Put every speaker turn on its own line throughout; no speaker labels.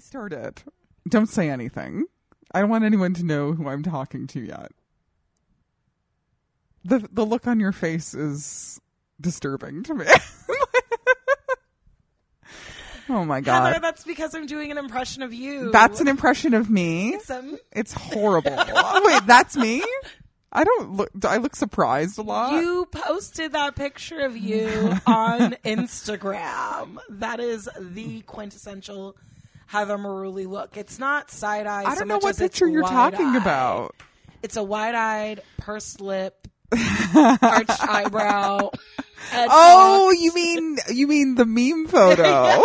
started. Don't say anything. I don't want anyone to know who I'm talking to yet. The the look on your face is disturbing to me. oh my god.
Heather, that's because I'm doing an impression of you.
That's an impression of me.
It's, um,
It's horrible. Oh, Wait, that's me? I don't look do I look surprised a lot.
you posted that picture of you on Instagram. That is the quintessential Heather Maruli look. It's not side eye.
I don't know what picture you're talking about.
It's a wide eyed, pursed lip, arched eyebrow. head
Oh,
cocked.
you mean you mean the meme photo?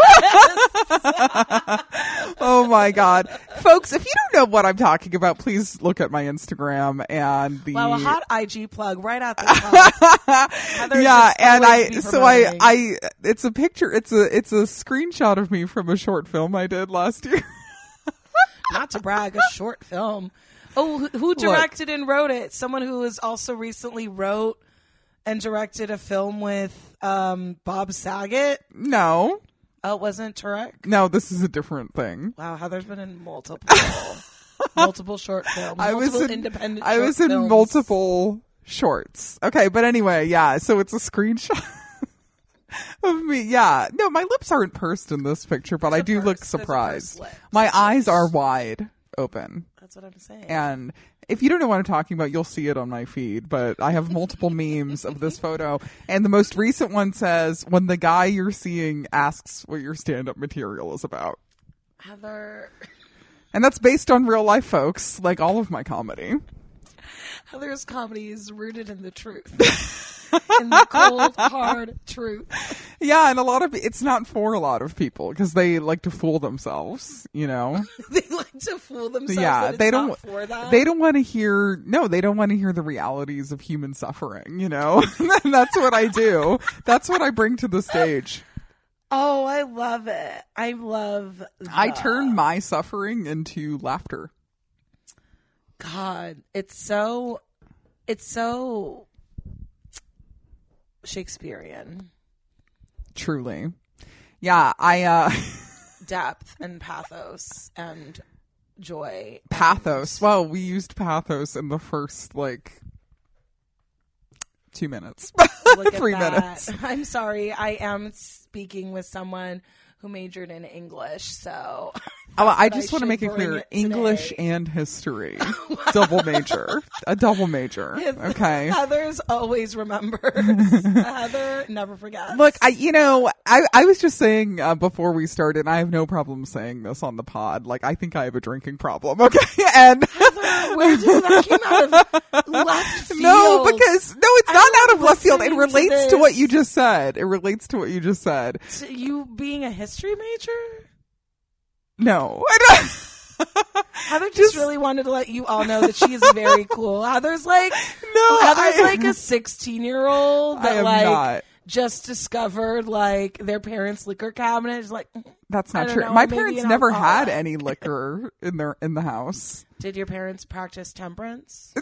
oh my god, folks! If you don't know what I'm talking about, please look at my Instagram and the
Wow, a hot IG plug right out the top. Heather's
yeah.
just
And
always
I
be
so I
promoting.
I it's a picture. It's a it's a screenshot of me from a short film I did last year.
not to brag, a short film. Oh, who, who directed and wrote it? Someone who has also recently wrote and directed a film with um, Bob Saget.
no,
Oh, it wasn't Turek.
no, this is a different thing.
Wow, Heather's been in multiple, multiple short films.
I was
multiple
in,
independent.
I
short
was in
films.
multiple shorts. Okay, but anyway, yeah. So it's a screenshot of me. Yeah, no, my lips aren't pursed in this picture, but I
a
do
purse.
look
There's a purse
surprised.
lip.
My eyes are wide open,
That's what I'm saying.
and if you don't know what I'm talking about, you'll see it on my feed. But I have multiple memes of this photo, and the most recent one says, "When the guy you're seeing asks what your stand-up material is about."
Heather,
And that's based on real life folks, like all of my comedy.
Heather's comedy is rooted in the truth, in the cold, hard truth.
Yeah, and a lot of it's not for a lot of people because they like to fool themselves, you know.
they like to fool themselves.
yeah,
that it's
they don't.
not for that.
They don't want to hear. No, they don't want to hear the realities of human suffering. You know, and that's what I do. That's what I bring to the stage.
Oh, I love it. I love
I
the-
turn my suffering into laughter.
God, it's so it's so Shakespearean
Truly. Yeah, I uh
depth and pathos and joy.
pathos. Well, we used pathos in the first like two minutes.
Look at
Three
that.
minutes.
I'm sorry. I am speaking with someone who majored in English, so
Oh, I just want
I
to
should
make it
bring
clear:
it today.
English and history, double major, a double major. Okay.
Heather's always remembers. Heather never forgets.
Look, I you know I I was just saying uh, before we started, and I have no problem saying this on the pod. Like I think I have a drinking problem. Okay, and
where did that came out of left field?
no, because no, it's
I
not out of
was
left field. It
listening to
relates to,
this.
what you just said. It relates to what you just said.
So you being a history major?
No,
Heather just, really wanted to let you all know that she is very cool. Heather's like
No,
Heather's
I-
like a sixteen year old
I
that
am
like
not.
just discovered like their parents' liquor cabinet. She's like, "Mm,
that's
I
not
don't
true.
know,
My
maybe
parents
an
never had
alcoholic.
any liquor in their in the house.
did your parents practice temperance?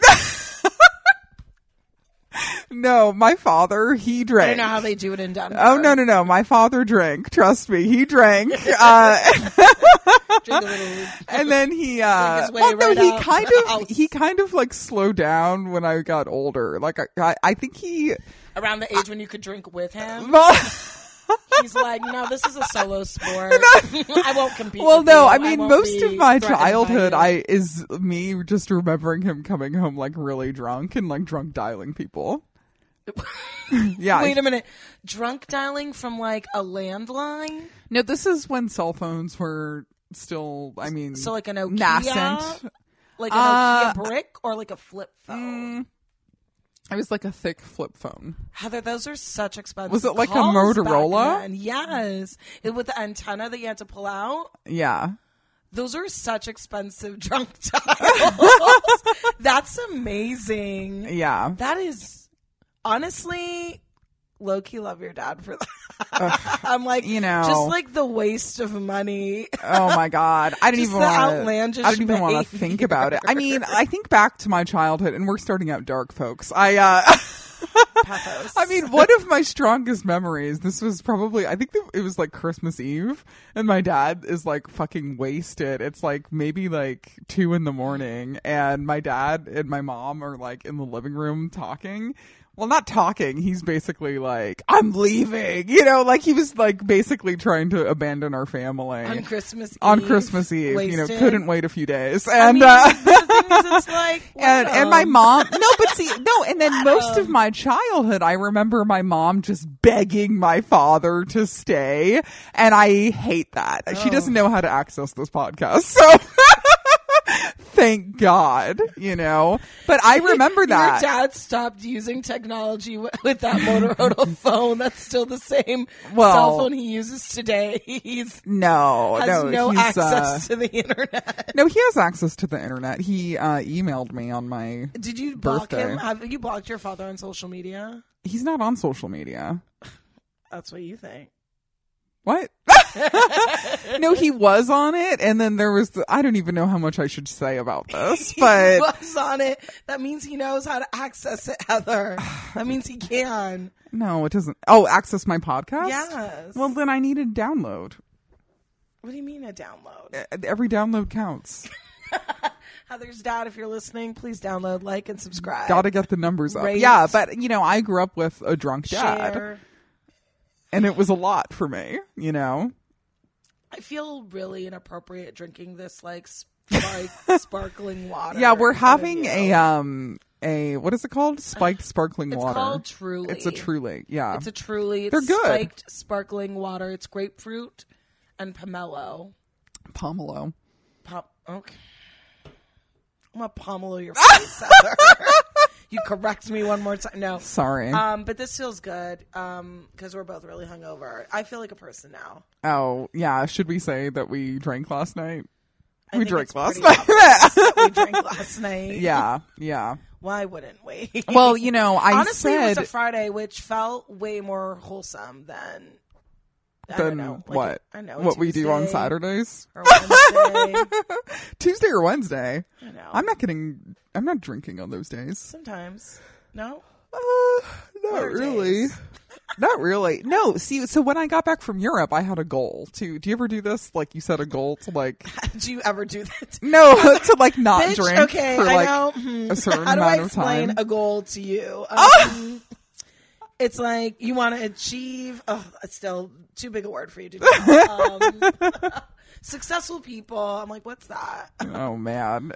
No, my father he drank.
I don't know how they do it in Denver.
Oh no no no! My father drank. Trust me, he drank, uh,
Drink a little-
and then he. Uh,
his way
well, no,
right
he
out
kind
the
of
house.
he kind of like slowed down when I got older. Like I, I, I think he.
around the age when you could drink with him.
Well,
He's like, no, this is a solo sport. I won't compete.
well,
with
no,
you.
I mean,
won't
most of
be
my
threatened by
childhood,
you."
I is me just remembering him coming home like really drunk and like drunk dialing people. Yeah.
Wait a minute. Drunk dialing from like a landline?
No, this is when cell phones were still, I mean,
So like an Nokia?
nascent.
Like an
Uh, mm.
Nokia brick or like a flip phone?
It was like a thick flip phone.
Heather, those are such expensive.
Was it like a
calls back
Motorola?
then. Yes. It, with the antenna that you had to pull out.
Yeah.
Those are such expensive drunk dials. That's amazing.
Yeah.
That is honestly low key love your dad for that. I'm like,
you know.
just like the waste of money.
Oh my god! I didn't
Just
even
the
want.
outlandish
I didn't even want to think about it. I mean, I think back to my childhood, and we're starting out dark, folks. I, uh,
Pathos.
I mean, one of my strongest memories. This was probably. I think it was like Christmas Eve, and my dad is like fucking wasted. It's like maybe like two in the morning, and my dad and my mom are like in the living room talking. Well, not talking. He's basically like, "I'm leaving," you know. Like he was like basically trying to abandon our family
on Christmas Eve,
on Christmas Eve. You know,
wasted.
couldn't wait a few days,
I
and
mean,
uh,
the thing is, it's like
and and my
wow.
mom. No, but see, no, and then most
Um,
of my childhood, I remember my mom just begging my father to stay, and I hate that. She doesn't
Oh.
know how to access this podcast, so. Thank God, you know. But I remember that.
Your dad stopped using technology w- with that Motorola phone. That's still the same
Well-
cell phone he uses today. He's
no,
has
no,
no,
he's,
access
uh,
to the internet.
no, he has access to the internet. He uh, emailed me on my.
Did you block
birthday.
him? Have you blocked your father on social media?
He's not on social media.
That's what you think.
What? no, he was on it, and then there was the, I don't even know how much I should say about this,
he
but
was on it. That means he knows how to access it, Heather. That means he can.
no, it doesn't. Oh, access my podcast?
Yes.
Well, then I need a download. E,
what do you mean a
uh,
download?
Every download counts.
Heather's dad, if you're listening, please download, like, and subscribe.
Gotta get the numbers up.
Rate.
Yeah, but you know, I grew up with a drunk dad,
Share.
and it was a lot for me, you know?
I feel really inappropriate drinking this like sp- like sparkling water.
Yeah, we're
in front of
having
you.
a, um, a, what is it called? Spiked sparkling
It's
uh, water.
called Truly.
It's a truly, yeah.
It's a truly. It's
They're good.
Spiked sparkling water. It's grapefruit and pomelo.
pomelo.
Pom- okay. I'm gonna pomelo your face. Heather. you correct me one more time. No.
Sorry.
Um, but this feels good. Um, because we're both really hungover. I feel like a person now.
Oh, yeah. Should we say that we drank last night?
I
we
think
drank
it's
last
pretty
night.
We drank last night.
yeah, yeah.
Why wouldn't we?
Well, you know, I
honestly it
said
was a Friday, which felt way more wholesome than I don't
then
know, like
what?
a- I know a
what we do on
Tuesday
Saturdays,
or Wednesday.
Tuesday or Wednesday.
I know.
I'm not getting. I'm not drinking on those days.
sometimes no.
Uh, not
are
really.
days?
not really. No. See, so when I got back from Europe, I had a goal to. Do you ever do this? Like you set a goal to like
Do you ever do that?
no to like not
Bitch,
drink
okay,
for like
I know. hmm.
a certain
How do I
amount of
explain
time. Oh!
a goal to you? Um, It's like you want to achieve. Oh, it's still too big a word for you to do. Um, successful people. I'm like, what's that?
oh man,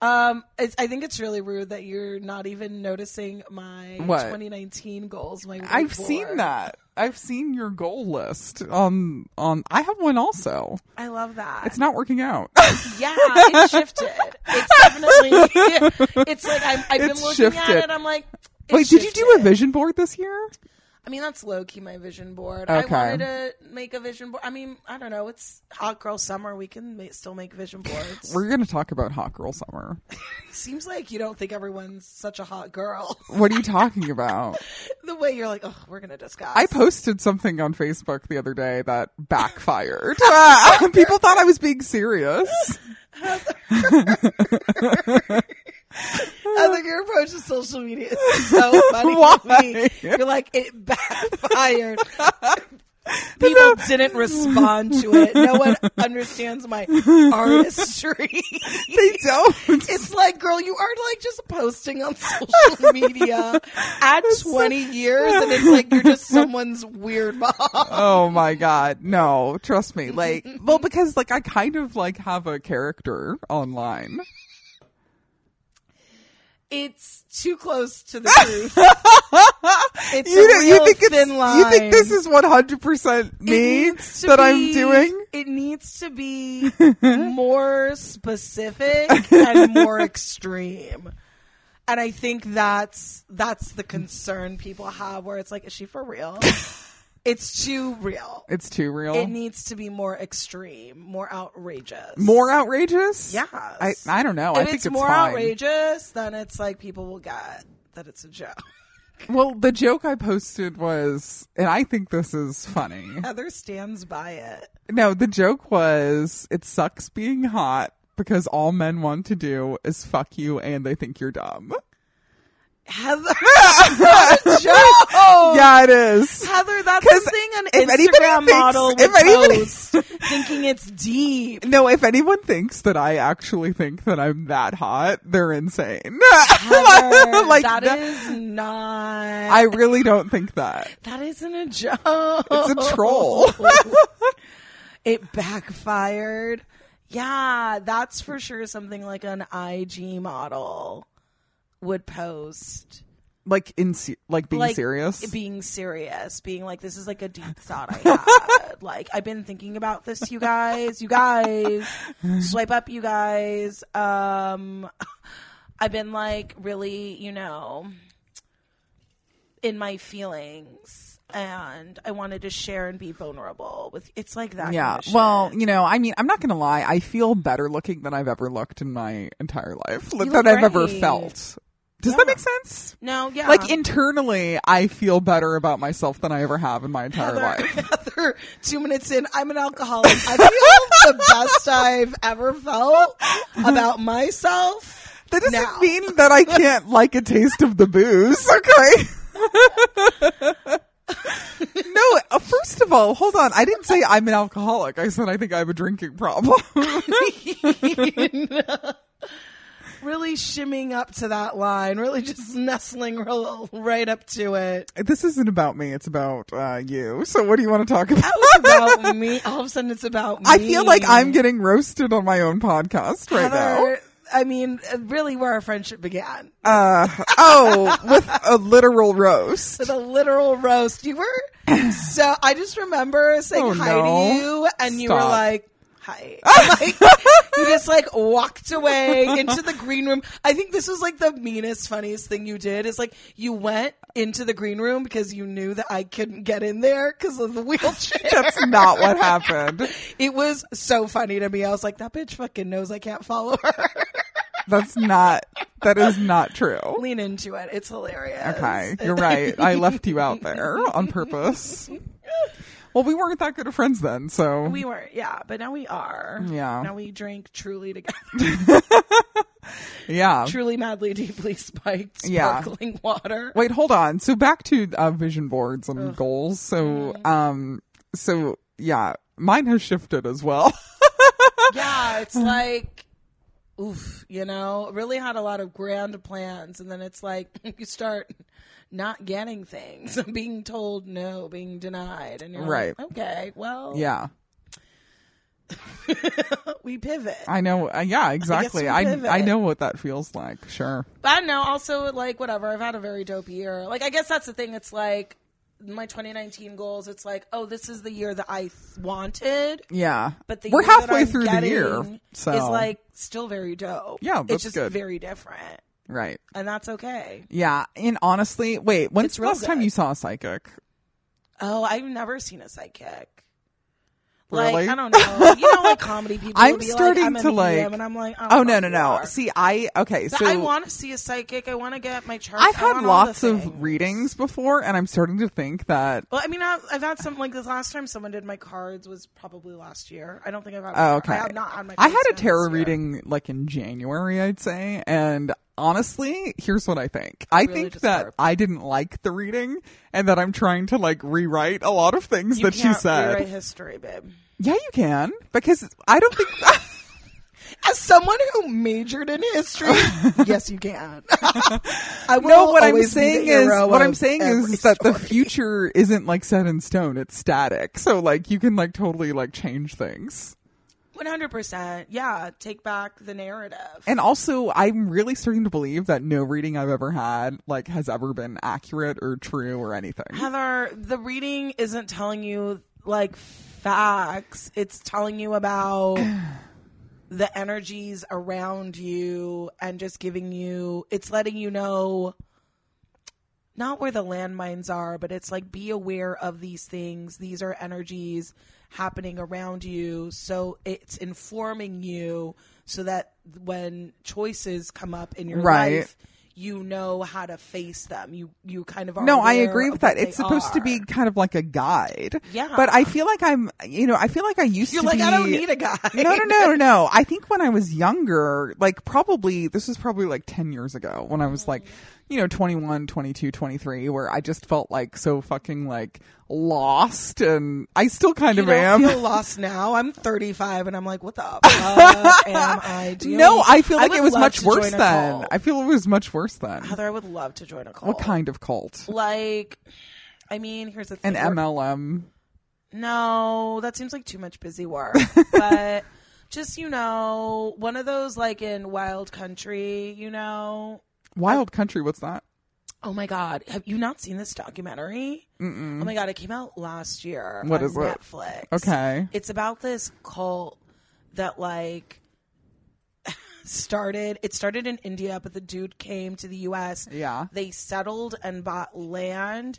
Um, it's, I think it's really rude that you're not even noticing my
What?
2019 goals. My
I've
whiteboard.
seen that. I've seen your goal list on on. I have one also.
I love that.
It's not working out.
yeah, it shifted. It's definitely. It's like I'm, I've been
It's
looking
shifted.
at it. I'm like, it
Wait, did you do a
shifted.
vision board this year?
I mean, that's low key my vision board. I
Okay.
wanted to make a vision board. I mean, I don't know. It's hot girl summer. We can ma- still make vision boards.
We're going to talk about Hot Girl Summer.
Seems like you don't think everyone's such a hot girl.
What are you talking about?
the way you're like, oh, we're gonna discuss.
I posted something on Facebook the other day that backfired. Ah, People thought I was being serious.
I think your approach to social media is so funny.
Why?
to me. You're like it backfired. People didn't respond to it. No one understands my artistry.
They don't.
It's like, girl, you are like just posting on social media at 20 years, and it's like you're just someone's weird mom.
Oh my god. No, trust me. Like, well because like I kind of like have a character online.
it's too close to the truth. it's
You,
a
know,
real
you think it's,
thin line.
you think this is 100%
It
me
needs to
that I'm
be-
doing?
It needs to be more specific and more extreme. And I think that's that's the concern people have, where it's like, is she for real? it's too real.
It's too real.
It needs to be more extreme, more outrageous,
More outrageous?
Yes.
I, I don't know.
If
I think
it's,
it's
more
fine.
outrageous, then it's like people will get that it's a joke.
Well, the joke I posted was, and I think this is funny.
Heather stands by it.
No, the joke was it sucks being hot because all men want to do is fuck you and they think you're dumb.
Heather, that's not a joke.
Yeah, it is.
Heather, that's
'Cause
the thing an
if anybody
Instagram
thinks-
model would
if anybody-
post, thinking it's deep.
No, if anyone thinks that I actually think that I'm that hot, they're insane.
Heather,
like,
that
no-
is not.
I really don't think that.
that isn't a joke.
It's a troll.
it backfired. Yeah, that's for sure something like an IG model would post.
Like in se- like being
like,
serious.
Being serious. Being like, this is like a deep thought I had. like, I've been thinking about this, you guys. You guys. Swipe up, you guys. Um, I've been like really, you know, in my feelings. And I wanted to share and be vulnerable with. It's like that.
yeah.
kind of shit.
Well, you know, I mean, I'm not going to lie. I feel better looking than I've ever looked in my entire life, than
look
I've ever
great.
felt. Does
Yeah.
that make sense?
no, yeah.
Like internally, I feel better about myself than I ever have in my entire
Heather,
life.
Heather, two minutes in, I'm an alcoholic. I feel the best I've ever felt about myself.
That doesn't
Now.
mean that I can't like a taste of the booze, okay? no, uh, first of all, hold on. I didn't say I'm an alcoholic. I said I think I have a drinking problem.
Really shimming up to that line, really just nestling real, right up to it.
this isn't about me. It's about uh, you. So what do you want to talk about?
That was about me. All of a sudden, it's about me.
I feel like I'm getting roasted on my own podcast right now.
Mm. Heather, I mean, really, where our friendship began
Uh, oh, with a literal roast.
with a literal roast. You were so. I just remember saying
Oh,
hi
no.
to you, and you were
Stop.
like, "Hi." like, you just like walked away into the green room. I think this was like the meanest, funniest thing you did. Is like you went into the green room because you knew that I couldn't get in there because of the wheelchair.
That's not what happened.
it was so funny to me. I was like, "That bitch fucking knows I can't follow her."
That's not. That is not true.
Lean into it. It's hilarious.
Okay, you're right. I left you out there on purpose. Well, we weren't that good of friends then, so
We weren't, yeah, but now we are.
Yeah.
Now we drink truly together.
yeah.
truly, madly, deeply spiked
Yeah.
sparkling water.
Wait, hold on. So back to uh, vision boards and goals. So,
Mm-hmm.
um, so yeah, mine has shifted as well.
Yeah, it's like, oof, you know, really had a lot of grand plans. And then it's like, you start not getting things, being told no, being denied. And you're
Right.
like, okay, well,
yeah.
we pivot.
I know. Uh, yeah, exactly.
we
I,
pivot.
I know what that feels like. Sure.
But I don't know. Also, like, whatever. I've had a very dope year. Like, I guess that's the thing. It's like my 2019 goals. It's like, oh, this is the year that I wanted.
Yeah.
But the
we're
year that
halfway
I'm
through the year,
getting
so
is like still very dope.
Yeah, that's
it's just
good.
very different,
right.
and that's okay.
Yeah. And honestly, wait. When's
It's
the
real
last time
good.
you saw a psychic?
Oh, I've never seen a psychic.
Really?
Like I don't know. You know, like comedy people.
I'm
will be
starting
like, I'm
to,
a
like-
medium, and I'm like, I don't
Oh
know
no no
who
no!
you are.
See, I okay.
But
So
I want to see a psychic. I want to get my chart.
I've
I
had
want all the
lots of
things.
readings before, and I'm starting to think that
Well, I mean, I've, I've had some like this last time someone did my cards was probably last year. I don't think I've had.
Oh,
my
okay.
I have not had my.
I
Cards
had a
done
tarot
this year.
reading like in January, I'd say. And honestly, here's what I think. I
really
think
just
that
burped.
I didn't like the reading and that I'm trying to like rewrite a lot of things
You
that she
can't
said.
rewrite history, babe.
Yeah, you can. Because I don't think
As someone who majored in history, yes, you can. I will
No, what I'm
always be the
saying is
hero
what I'm
of
saying
every
is that the
story.
future isn't like set in stone, it's static. So like you can like totally like change things.
One hundred percent. Yeah, take back the narrative.
And also, I'm really starting to believe that no reading I've ever had like has ever been accurate or true or anything.
Heather, the reading isn't telling you like facts. It's telling you about the energies around you and just giving you it's letting you know not where the landmines are, but it's like be aware of these things. These are energies happening around you. So it's informing you so that when choices come up in your
Right.
life, you know how to face them. You you kind of are
No, I
aware
agree
of
with that.
what
It's
they
supposed to
are.
be kind of like a guide.
Yeah.
But I feel like I'm, you know, I feel like I used
You're
to
like,
be.
I don't need a guy.
no, no, no, no. I think when I was younger, like probably this was probably like 10 years ago when I was like, you know, 21, 22, 23, where I just felt like so fucking like lost and I still kind
You
of
don't
am.
feel lost now. I'm 35 and I'm like, what the fuck am I doing?
no, I feel like
would
it was
love
much
to join
worse
a
then.
cult.
I feel it was much worse then.
Heather, I would love to join a cult.
What kind of cult?
Like, I mean, here's the thing.
An
We're-
MLM.
No, that seems like too much busy work. but just, you know, one of those like in wild country, you know.
Wild Country, what's that?
Oh my God. Have you not seen this documentary? Oh my God. It came out last year
What
on
is it?
Netflix.
Okay.
It's about this cult that like started it started in India, but the dude came to the US.
Yeah.
They settled and bought land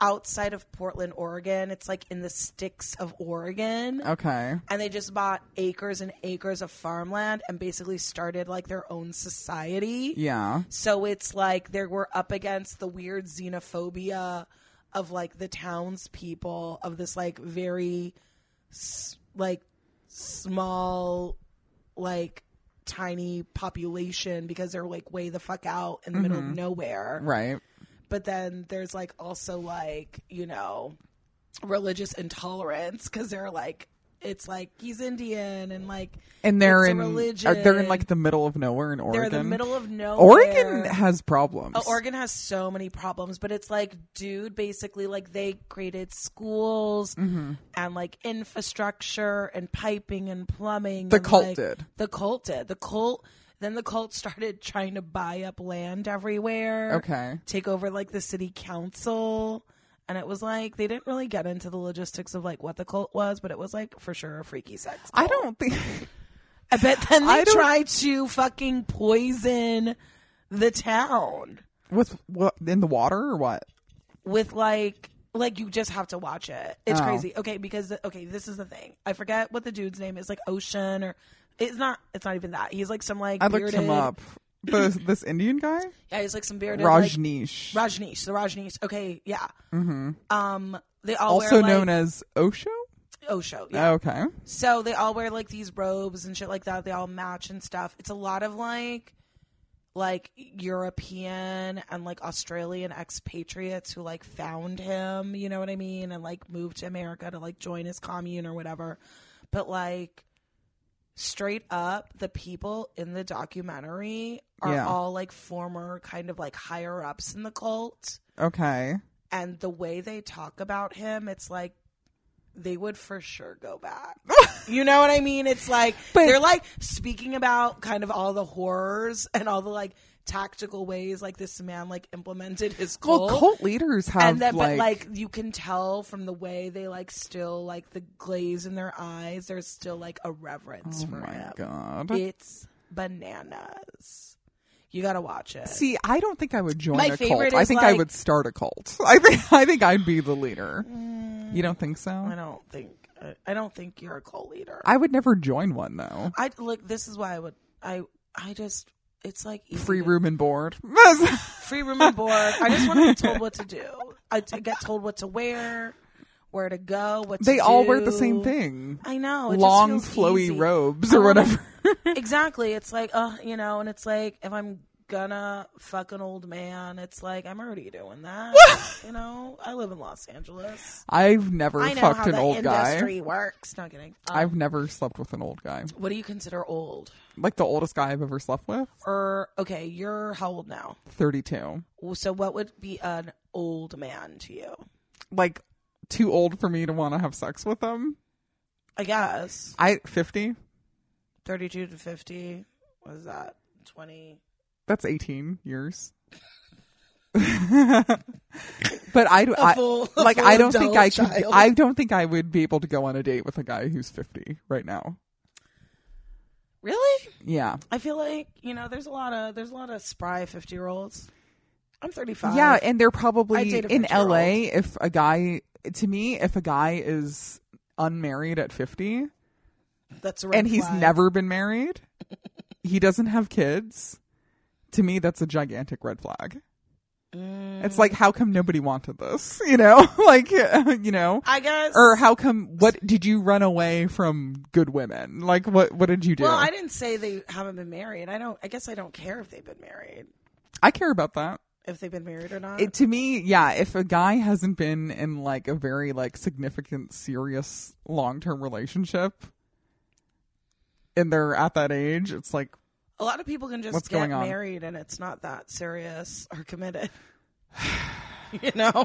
outside of Portland, Oregon. It's like in the sticks of Oregon.
Okay.
And they just bought acres and acres of farmland and basically started like their own society.
Yeah.
So it's like they were up against the weird xenophobia of like the townspeople of this like very s- like small like tiny population because they're like way the fuck out in the middle of nowhere.
Mm-hmm. Right.
But then there's like also like, you know, religious intolerance because they're like it's like he's Indian and like
And they're
it's a
in
religion.
are- they're in like the middle of nowhere in Oregon.
they're in the middle of nowhere.
Oregon has problems.
Uh, Oregon has so many problems, but it's like, dude, basically, like they created schools
Mm-hmm.
and like infrastructure and piping and plumbing.
The
and,
cult
like,
did.
The cult did. The cult. Then the cult started trying to buy up land everywhere.
Okay.
Take over like the city council. And it was like they didn't really get into the logistics of like what the cult was, but it was like for sure a freaky sex.
I don't think
But then they
I don't-
tried to fucking poison the town.
with what in the water or what.
with like like you just have to watch it. It's
Oh.
crazy. Okay, because okay, this is the thing. I forget what the dude's name is, like Ocean or it's not it's not even that. He's like some like
I
bearded,
looked him up. The, this Indian guy,
Yeah, he's like some bearded like,
Rajneesh,
Rajneesh. The Rajneesh. Okay, yeah. Mm-hmm. Um they all
also
wear,
known
like,
as Osho.
Osho. Yeah.
Okay,
So they all wear like these robes and shit like that. They all match and stuff. It's a lot of like like European and like Australian expatriates who like found him, you know what I mean, and like moved to America to like join his commune or whatever. But like straight up the people in the documentary are
Yeah.
all like former kind of like higher ups in the cult
okay.
and the way they talk about him, it's like they would for sure go back. you know what I mean? It's like
But-
they're like speaking about kind of all the horrors and all the like tactical ways like this man like implemented his
Well,
cult.
cult leaders have
and then,
like,
but like you can tell from the way they like still like the glaze in their eyes, there's still like a reverence
oh
for
my
him.
god.
It's bananas. You gotta watch it.
See, I don't think I would join
My
a cult.
favorite
I
is,
think I
like-
would start a cult. I think I think I'd be the leader. you don't think so?
Mm. I don't think I- I don't think you're a cult leader.
I would never join one though.
I look. This is why I would. I I just. It's like easy
Free
to-
room and board.
free room and board. I just want to be told what to do. I, I get told what to wear, where to go, what to
they all wear the
do.
same thing.
I know. It just
Long
feels
flowy
easy.
robes or whatever.
exactly. It's like, uh, you know, and it's like if I'm gonna fuck an old man, it's like I'm already doing that. you know, I live in Los Angeles.
I've never
I know
fucked
how
an
the
old guy.
industry works. Not kidding. Um,
I've never slept with an old guy.
what do you consider old?
Like the oldest guy I've ever slept with,
Or okay, you're how old now?
32.
So, what would be an old man to you?
Like too old for me to want to have sex with them.
I guess.
I 50?
32 to 50. What is that? 20.
That's 18 years. but I, do- I-
full- a
like
full
I don't think
adult
I could,
child.
I don't think I would be able to go on a date with a guy who's 50 right now.
Really?
Yeah.
I feel like, you know, there's a lot of there's a lot of spry 50-year-olds. I'm 35.
Yeah, and they're
I
probably
date a
in
50-year-old.
LA. If a guy, to me, if a guy is unmarried at fifty
That's a red
and he's
flag.
never been married, he doesn't have kids. To me, that's a gigantic red flag. It's like, how come nobody wanted this? You know, like, you know,
I guess
or how come? What did you run away from? Good women, like, what? What did you do?
Well, I didn't say they haven't been married. I don't I guess I don't care if they've been married.
I care about that.
If they've been married or not.
it, to me, yeah, if a guy hasn't been in like a very like significant, serious, long term relationship, and they're at that age, it's like,
a lot of people can just
What's
get
going on?
married and it's not that serious or committed. you know?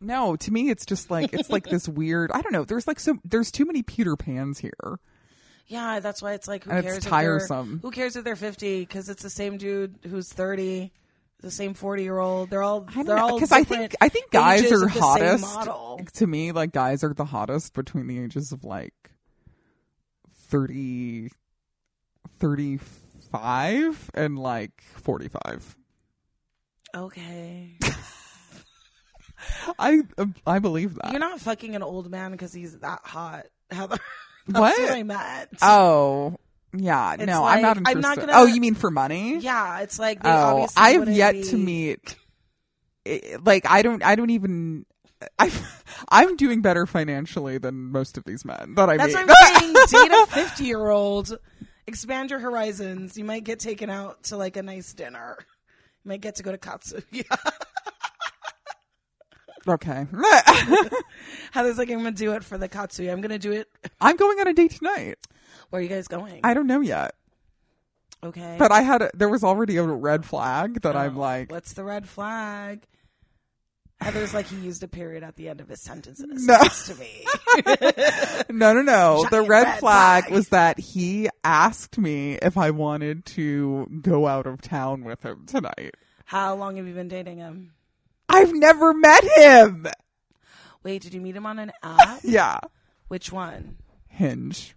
no. To me, it's just like it's like this weird. I don't know. There's like so there's too many Peter Pans here.
Yeah, that's why it's like who
And it's
cares? if they're-
tiresome.
who cares if they're fifty? Because it's the same dude who's thirty, the same forty year old. They're all
I don't
they're all
because I think
different
I think guys
ages
are
of the same
hottest.
model.
To me, like guys are the hottest between the ages of like 30, 35 and like forty five.
Okay,
I I believe that.
you're not fucking an old man because he's that hot, Heather. That's
What?
what, I meant.
oh, yeah.
It's
No, I'm
like,
not
I'm
interested.
not gonna-
oh, you mean for money?
yeah, it's like they
Oh,
obviously
I have
wouldn't
yet
be-
to meet. i- Like I don't. I don't even. I, I'm doing better financially than most of these men that I
That's
meet.
what I'm saying. Date a fifty year old. Expand your horizons. You might get taken out to like a nice dinner. You might get to go to Katsuya.
okay.
Heather's like, I'm gonna do it for the Katsuya. I'm gonna do it
I'm going on a date tonight.
Where are you guys going?
I don't know yet,
okay.
but I had. A, there was already a red flag that
Oh,
I'm like.
what's the red flag? Heather's like, he used a period at the end of his sentence in a
No.
sentence to me.
No, no, no. The
Giant
red,
red
flag,
flag.
was that he asked me if I wanted to go out of town with him tonight.
How long have you been dating him?
I've never met him.
Wait, did you meet him on an app?
Yeah.
Which one?
Hinge.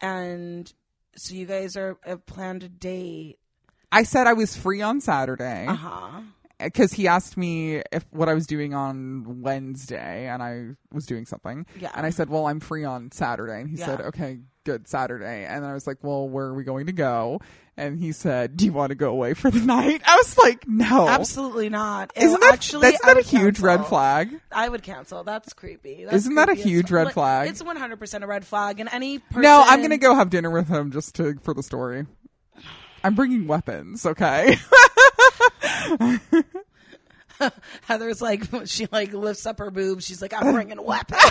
And so you guys are uh, planned a date.
I said I was free on Saturday
Uh huh.
because he asked me if what I was doing on Wednesday and I was doing something.
Yeah.
And I said, "Well, I'm free on Saturday." And he
Yeah.
said, "Okay, good Saturday." And I was like, "Well, where are we going to go?" And he said, "Do you want to go away for the night?" I was like, "No."
Absolutely not. Ew,
Oh. Isn't that
actually,
that's
I
not a
would
huge red
cancel.
flag?
I would cancel. That's creepy. That's
Isn't that a
creepy as
huge
fuck.
red
Like,
flag?
It's 100% a red flag. And any person.
No, I'm gonna go have dinner with him just to for the story. I'm bringing weapons, okay?
Heather's like, she like lifts up her boobs. She's like, I'm bringing weapons.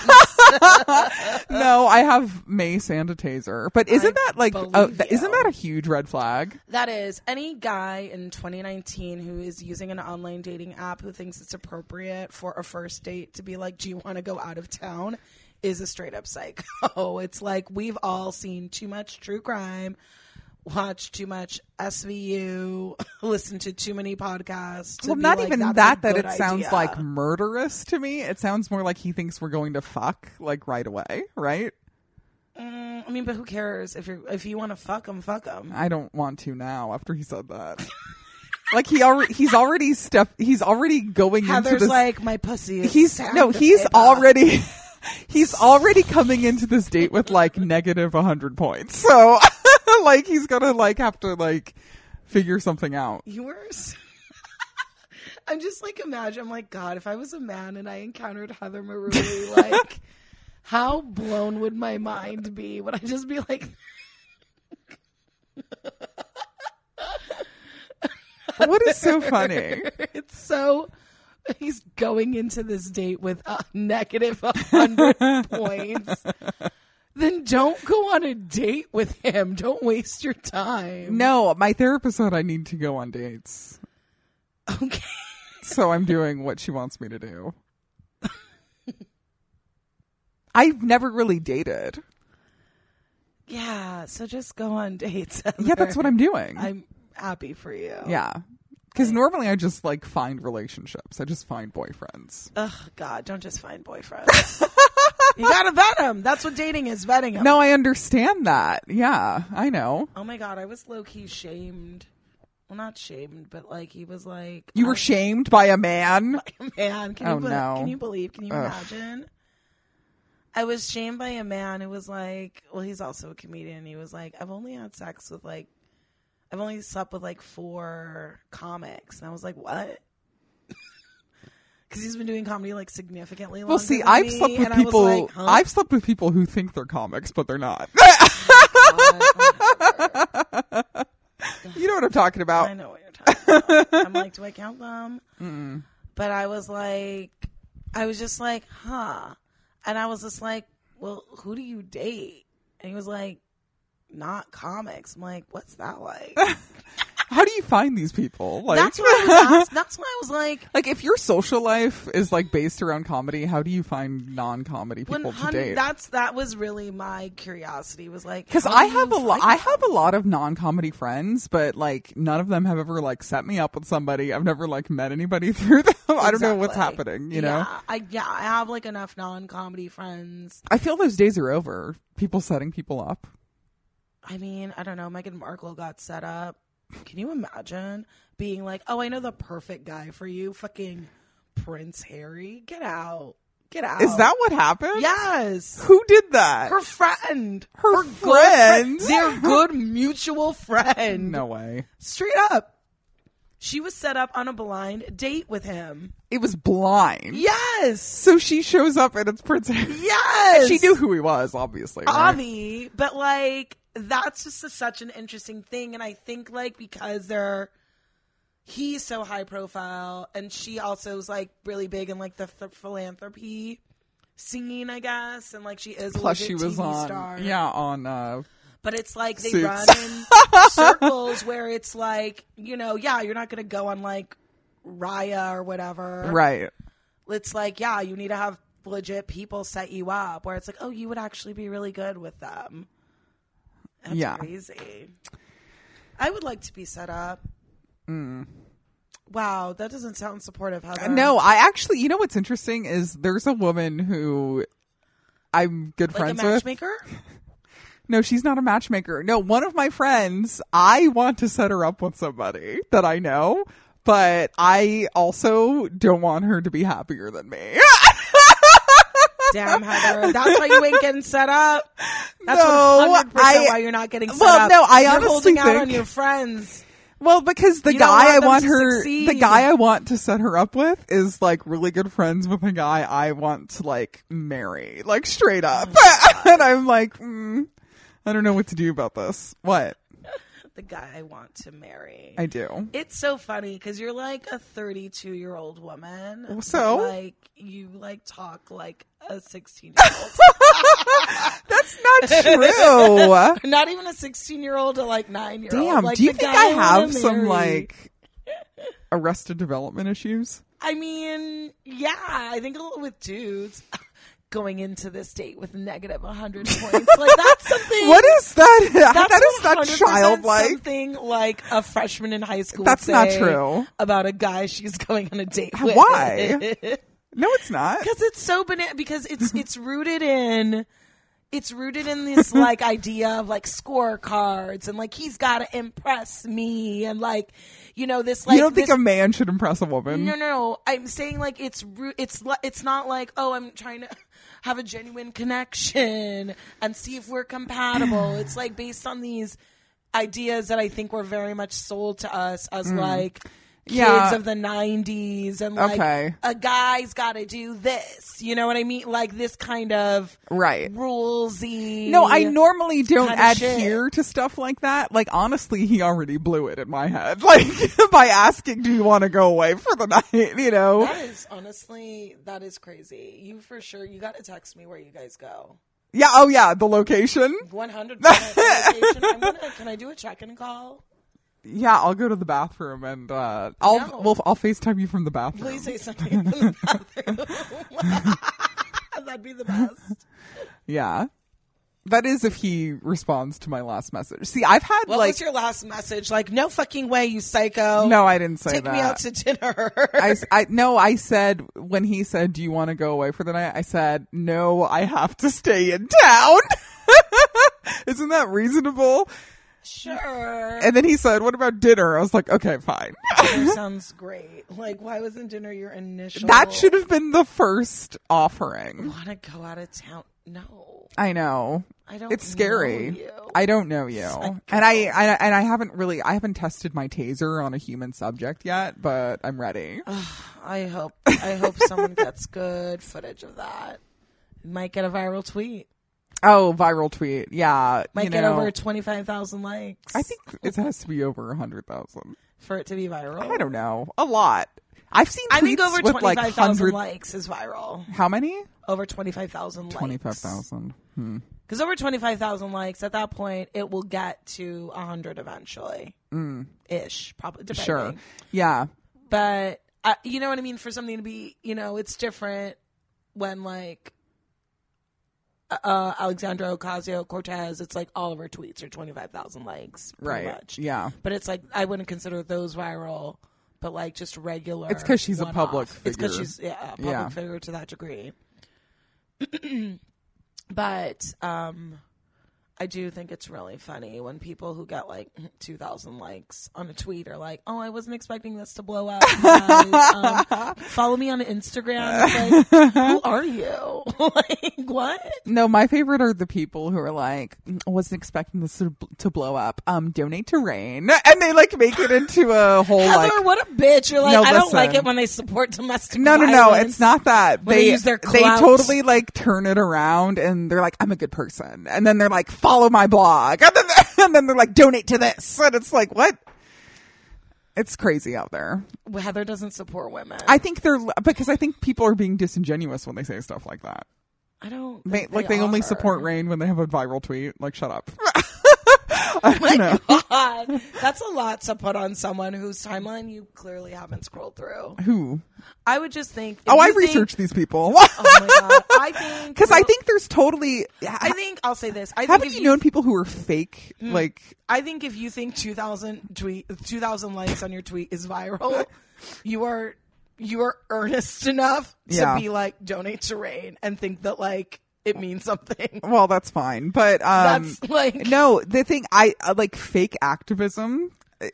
no, I have mace and a taser. But isn't
I
that like a,
believe you.
isn't that a huge red flag?
That is any guy in 2019 who is using an online dating app who thinks it's appropriate for a first date to be like, "Do you want to go out of town?" is a straight up psycho. It's like we've all seen too much true crime, watched too much SVU, listened to too many podcasts. to
Well,
be
not
like,
even
"That's a
that that
good
it sounds
idea."
like murderous to me. It sounds more like he thinks we're going to fuck like right away, right?
Mm, I mean, but who cares if you are if you want to fuck them, fuck them.
I don't want to now after he said that. like he already he's already step he's already going into
Heather's
this
like my pussy. Is
he's
stacked
no
with
he's
paper."
already he's already coming into this date with like negative 100 points so like he's gonna like have to like figure something out
yours. I'm just like imagine. I'm like God. If I was a man and I encountered Heather Maruli, like how blown would my mind be? Would I just be like,
what is so funny
it's so? He's going into this date with a negative 100 points. Then don't go on a date with him. Don't waste your time.
no my therapist said i need to go on dates
Okay.
so i'm doing what she wants me to do I've never really dated.
Yeah. So just go on dates.
Yeah, that's what I'm doing.
I'm happy for you.
yeah. Because normally I just like find relationships. I just find boyfriends.
Ugh, God, don't just find boyfriends. you gotta vet them. That's what dating is vetting them.
No, I understand that. Yeah, I know.
Oh my God, I was low key shamed. Well, not shamed, but like he was like,
You were shamed by a man.
man. Can
Oh,
you be-
no.
Can you believe? Can you imagine? I was shamed by a man who was like, well, he's also a comedian. He was like, I've only had sex with like, I've only slept with like four comics, and I was like, what? Because he's been doing comedy like significantly.
Well,
Longer
see,
than
I've
me,
slept with
and I was
people.
like, huh?
I've slept with people who think they're comics, but they're not. you know what I'm talking
I
about.
know what you're talking about. I'm like, do I count them? But I was like, I was just like, huh. And I was just like, well, who do you date? And he was like, not comics. I'm like, what's that like?
How do you find these people? Like,
That's why I was. Asked, that's why I was like,
like if your social life is like based around comedy, how do you find non-comedy people to
100
date?
That's that was really my curiosity. Was like,
Because
how
I
do
have a
you
lot,
find
I
them?
have a lot of non-comedy friends, but like none of them have ever like set me up with somebody. I've never like met anybody through them. I don't know what's
Exactly.
happening. You know,
Yeah, I yeah, I have like enough non-comedy friends.
I feel those days are over. People setting people up.
I mean, I don't know. Meghan Markle got set up. Can you imagine being like, oh, I know the perfect guy for you? Fucking Prince Harry. Get out. Get out.
Is that what happened?
Yes.
Who did that?
Oh. Her friend.
Her
good
friend?
Their good mutual friend.
no way.
Straight up. She was set up on a blind date with him.
It was blind.
Yes.
So she shows up and it's Prince Harry.
Yes. Uh,
She knew who he was, obviously. right?
Avi, but like that's just a, such an interesting thing, and I think like because they're he's so high profile, and she also is like really big in like the th- philanthropy singing, I guess, and like she is a
Plus,
legit
she was
TV
on,
star.
yeah, on. uh
but it's like they
Suits.
run in circles where it's like you know, yeah, you're not gonna go on like Raya or whatever,
right.
it's like, yeah, you need to have legit people set you up where it's like, oh, you would actually be really good with them. That's
Yeah.
crazy. I would like to be set up. Wow, that doesn't sound supportive, Heather.
No, Mm. I actually, you know what's interesting is there's a woman who I'm good
like a
friends with.
matchmaker.
No, she's not a matchmaker. No, one of my friends, I want to set her up with somebody that I know, but I also don't want her to be happier than me.
Damn, Heather, that's why you ain't getting set up. That's
No,
one hundred
I-
percent why you're not getting set
Well,
up.
no, I
you're
honestly
holding out
think-
on your friends.
Well, because the
You don't want
guy I
them
want
to
her, the
succeed.
guy I want to set her up with is like really good friends with a guy I want to like marry, like straight up. and I'm like, mm, I don't know what to do about this. What
The guy I want to marry.
I do.
It's so funny because you're like a 32 year old woman. but,
so?
like you like talk like a 16 year old,
That's not true.
not even a 16 year old to like nine year old.
Damn.
Like,
do you
the
think
guy
I
wanna
have some
marry.
like arrested development issues?
I mean, yeah, I think a little with dudes going into this date with negative 100 points. like that's something.
What is that?
That's
that is not
100%
childlike.
Something like a freshman in high school. would
That's not
say
true.
About a guy she's going on a date with.
Why? No, it's not.
because it's so banana because it's it's rooted in it's rooted in this like idea of like scorecards and like he's got to impress me and like you know this like
you don't think
this-
a man should impress a woman?
no, no, no. I'm saying like it's ru- it's li- it's not like oh, I'm trying to have a genuine connection and see if we're compatible. it's like based on these ideas that I think were very much sold to us as like kids
Mm. Yeah.
of the 90s and like
Okay.
a guy's got to do this. You know what I mean? Like this kind of
Right.
rulesy.
No, I normally don't
kinda shit.
adhere to stuff like that. Like, honestly, he already blew it in my head. Like, by asking, do you want to go away for the night? You know?
That is honestly that is crazy. You for sure you got to text me where you guys go.
Yeah. Oh, yeah. The location.
One hundred percent. Can I do a check-in call?
Yeah. I'll go to the bathroom and, uh, I'll,
No.
well, I'll FaceTime you from the bathroom.
Please say something in the bathroom. That'd be the best.
Yeah. That is if he responds to my last message. See, I've had
What
like
was your last message? Like, no fucking way, you psycho.
no, I didn't say
Take
that.
me out to dinner.
I, s- I- no, I said when he said, "Do you want to go away for the night?" I said, "No, I have to stay in town." Isn't that reasonable?
sure.
And then he said, "What about dinner?" I was like, "Okay, fine."
Dinner sounds great. Like, why wasn't dinner your initial?
That should have been the first offering.
want to go out of town. No,
I know.
I don't.
It's scary.
know you.
I don't know you. And I, I and I haven't really I haven't tested my taser on a human subject yet, but I'm ready.
I hope. I hope someone gets good footage of that. Might get a viral tweet.
Oh, viral tweet. Yeah.
Might
you
get
know,
over twenty five thousand likes.
I think it has to be over 100,000.
for it to be viral.
I don't know. A lot. I've seen
I think
tweets
over
with
twenty
like
five thousand
100
likes is viral.
How many?
Over twenty five thousand likes.
25,000.
Because over twenty five thousand likes, at that point, it will get to hundred eventually, mm. ish, probably. Depending.
Sure. Yeah.
but I, you know what I mean. For something to be, you know, it's different when like uh, Alexandra Ocasio Cortez. It's like all of her tweets are twenty five thousand likes, pretty
Right.
Much.
Yeah.
But it's like I wouldn't consider those viral, but like just regular.
It's 'cause she's a
one-off.
public
It's because
figure.
she's yeah, a public
Yeah.
figure to that degree. but um, I do think it's really funny when people who get like two thousand likes on a tweet are like, "Oh, I wasn't expecting this to blow up." guys. Um, follow me on Instagram. It's like, who are you? like what?
No, my favorite are the people who are like, "Mm, I wasn't expecting this to, to blow up. Um, donate to Rain. And they like make it into a whole like.
Heather, what a bitch! You're like,
No,
I don't
listen.
like it when they support domestic.
No, no, no.
violence."
It's not that.
When
they
they use their
they
clout.
totally like turn it around and they're like, I'm a good person. And then they're like, follow my blog. And then, and then they're like, donate to this. And it's like, what? It's crazy out there.
Heather doesn't support women.
I think they're because I think people are being disingenuous when they say stuff like that.
I don't.
They,
think
like they only
are.
support Rain when they have a viral tweet. Like, shut up.
uh, God, that's a lot to put on someone whose timeline you clearly haven't scrolled through.
Who?
I would just think. if
Oh, I
you think-
research these people
Oh my god! I think
because I
well,
think there's totally.
I think I'll say this. I think
haven't
if Mm.
you known people who are fake? Like,
I think if you think two thousand tweet two thousand likes on your tweet is viral, you are you are earnest enough to
Yeah.
be like donate to Rain and think that like it means something.
well, that's fine, but um,
That's like
no. The thing I uh, like fake activism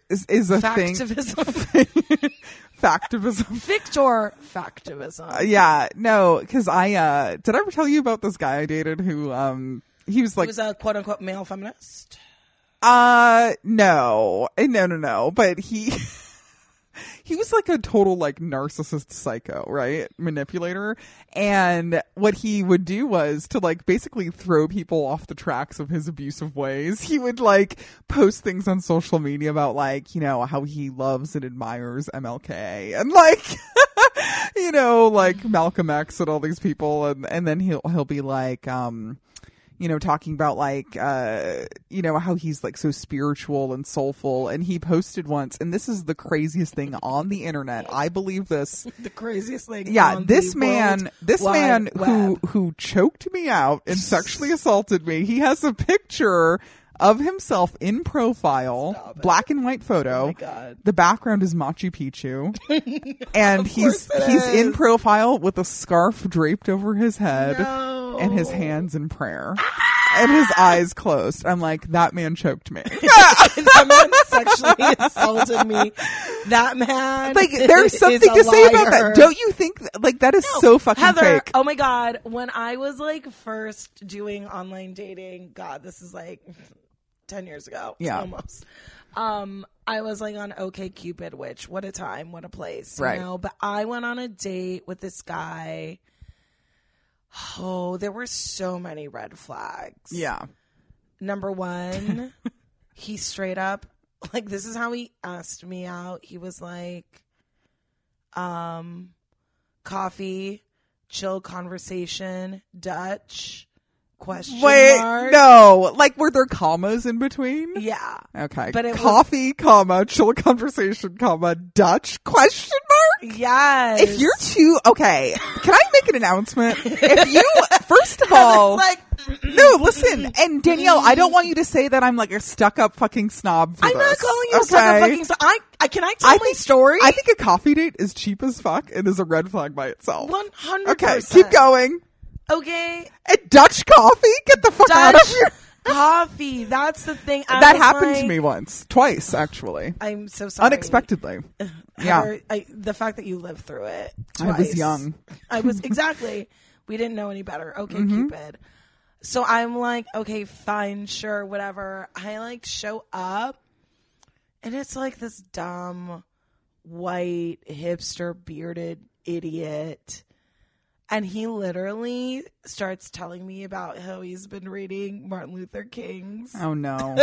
is is a
factivism.
thing. Factivism.
Victor factivism.
Yeah, no, because I uh did I ever tell you about this guy I dated who um he was
He
like
was a quote unquote male feminist.
Uh no. Eh, No no no. But he he was like a total like narcissist psycho, right? Manipulator. And what he would do was to like basically throw people off the tracks of his abusive ways. He would like post things on social media about like, you know, how he loves and admires MLK and like you know, like Malcolm X and all these people and and then he'll he'll be like um you know, talking about like, uh, you know, how he's like so spiritual and soulful. And he posted once, and this is the craziest thing on the internet. I believe this.
The craziest thing.
Yeah,
on
this
the
man,
world
this
wide
man who
web.
who choked me out and sexually assaulted me. He has a picture of himself in profile,
Stop it.
black and white photo.
Oh my God.
The background is Machu Picchu, and he's
course it
he's in
is.
profile with a scarf draped over his head
No.
and his hands in prayer and his eyes closed. I'm like, that man choked me.
that man sexually assaulted me. That man.
like, there's
is
something
a
to say about
liar.
that. Don't you think? Like, that is so fucking
Heather,
fake.
Oh my god, when I was like first doing online dating, god, this is like 10 years ago.
Yeah.
Almost. Um, I was like on OK Cupid, which what a time, what a place.
Right.
You know? But I went on a date with this guy. Oh, there were so many red flags.
Yeah.
Number one, he straight up, like, this is how he asked me out. He was like, um, coffee, chill conversation, Dutch, question
Wait,
mark.
no. Like, were there commas in between?
Yeah.
Okay.
But it was-
Coffee, comma, chill conversation, comma, Dutch, question mark?
Yes.
If you're too, okay, can I make an announcement? If you, first of
I was
all,
like,
no, listen, and Danielle, I don't want you to say that I'm like a stuck up fucking snob. For
I'm not
this,
calling you a
okay?
sucker fucking. So- I, I can I tell my story?
I think a coffee date is cheap as fuck and is a red flag by itself.
One hundred.
Okay, keep going.
Okay,
And Dutch coffee? Get the fuck out of
Dutch
here.
coffee. That's the thing. I
That
was
happened
like-
to me once, twice actually,
I'm so sorry.
unexpectedly. Yeah,
Heather, I, the fact that you lived through it.
I was
twice.
young.
I was exactly. We didn't know any better. Okay,
Mm-hmm.
Cupid. So I'm like, okay, fine, sure, whatever. I like show up, and it's like this dumb white hipster bearded idiot. And he literally starts telling me about how he's been reading Martin Luther King's
Oh no,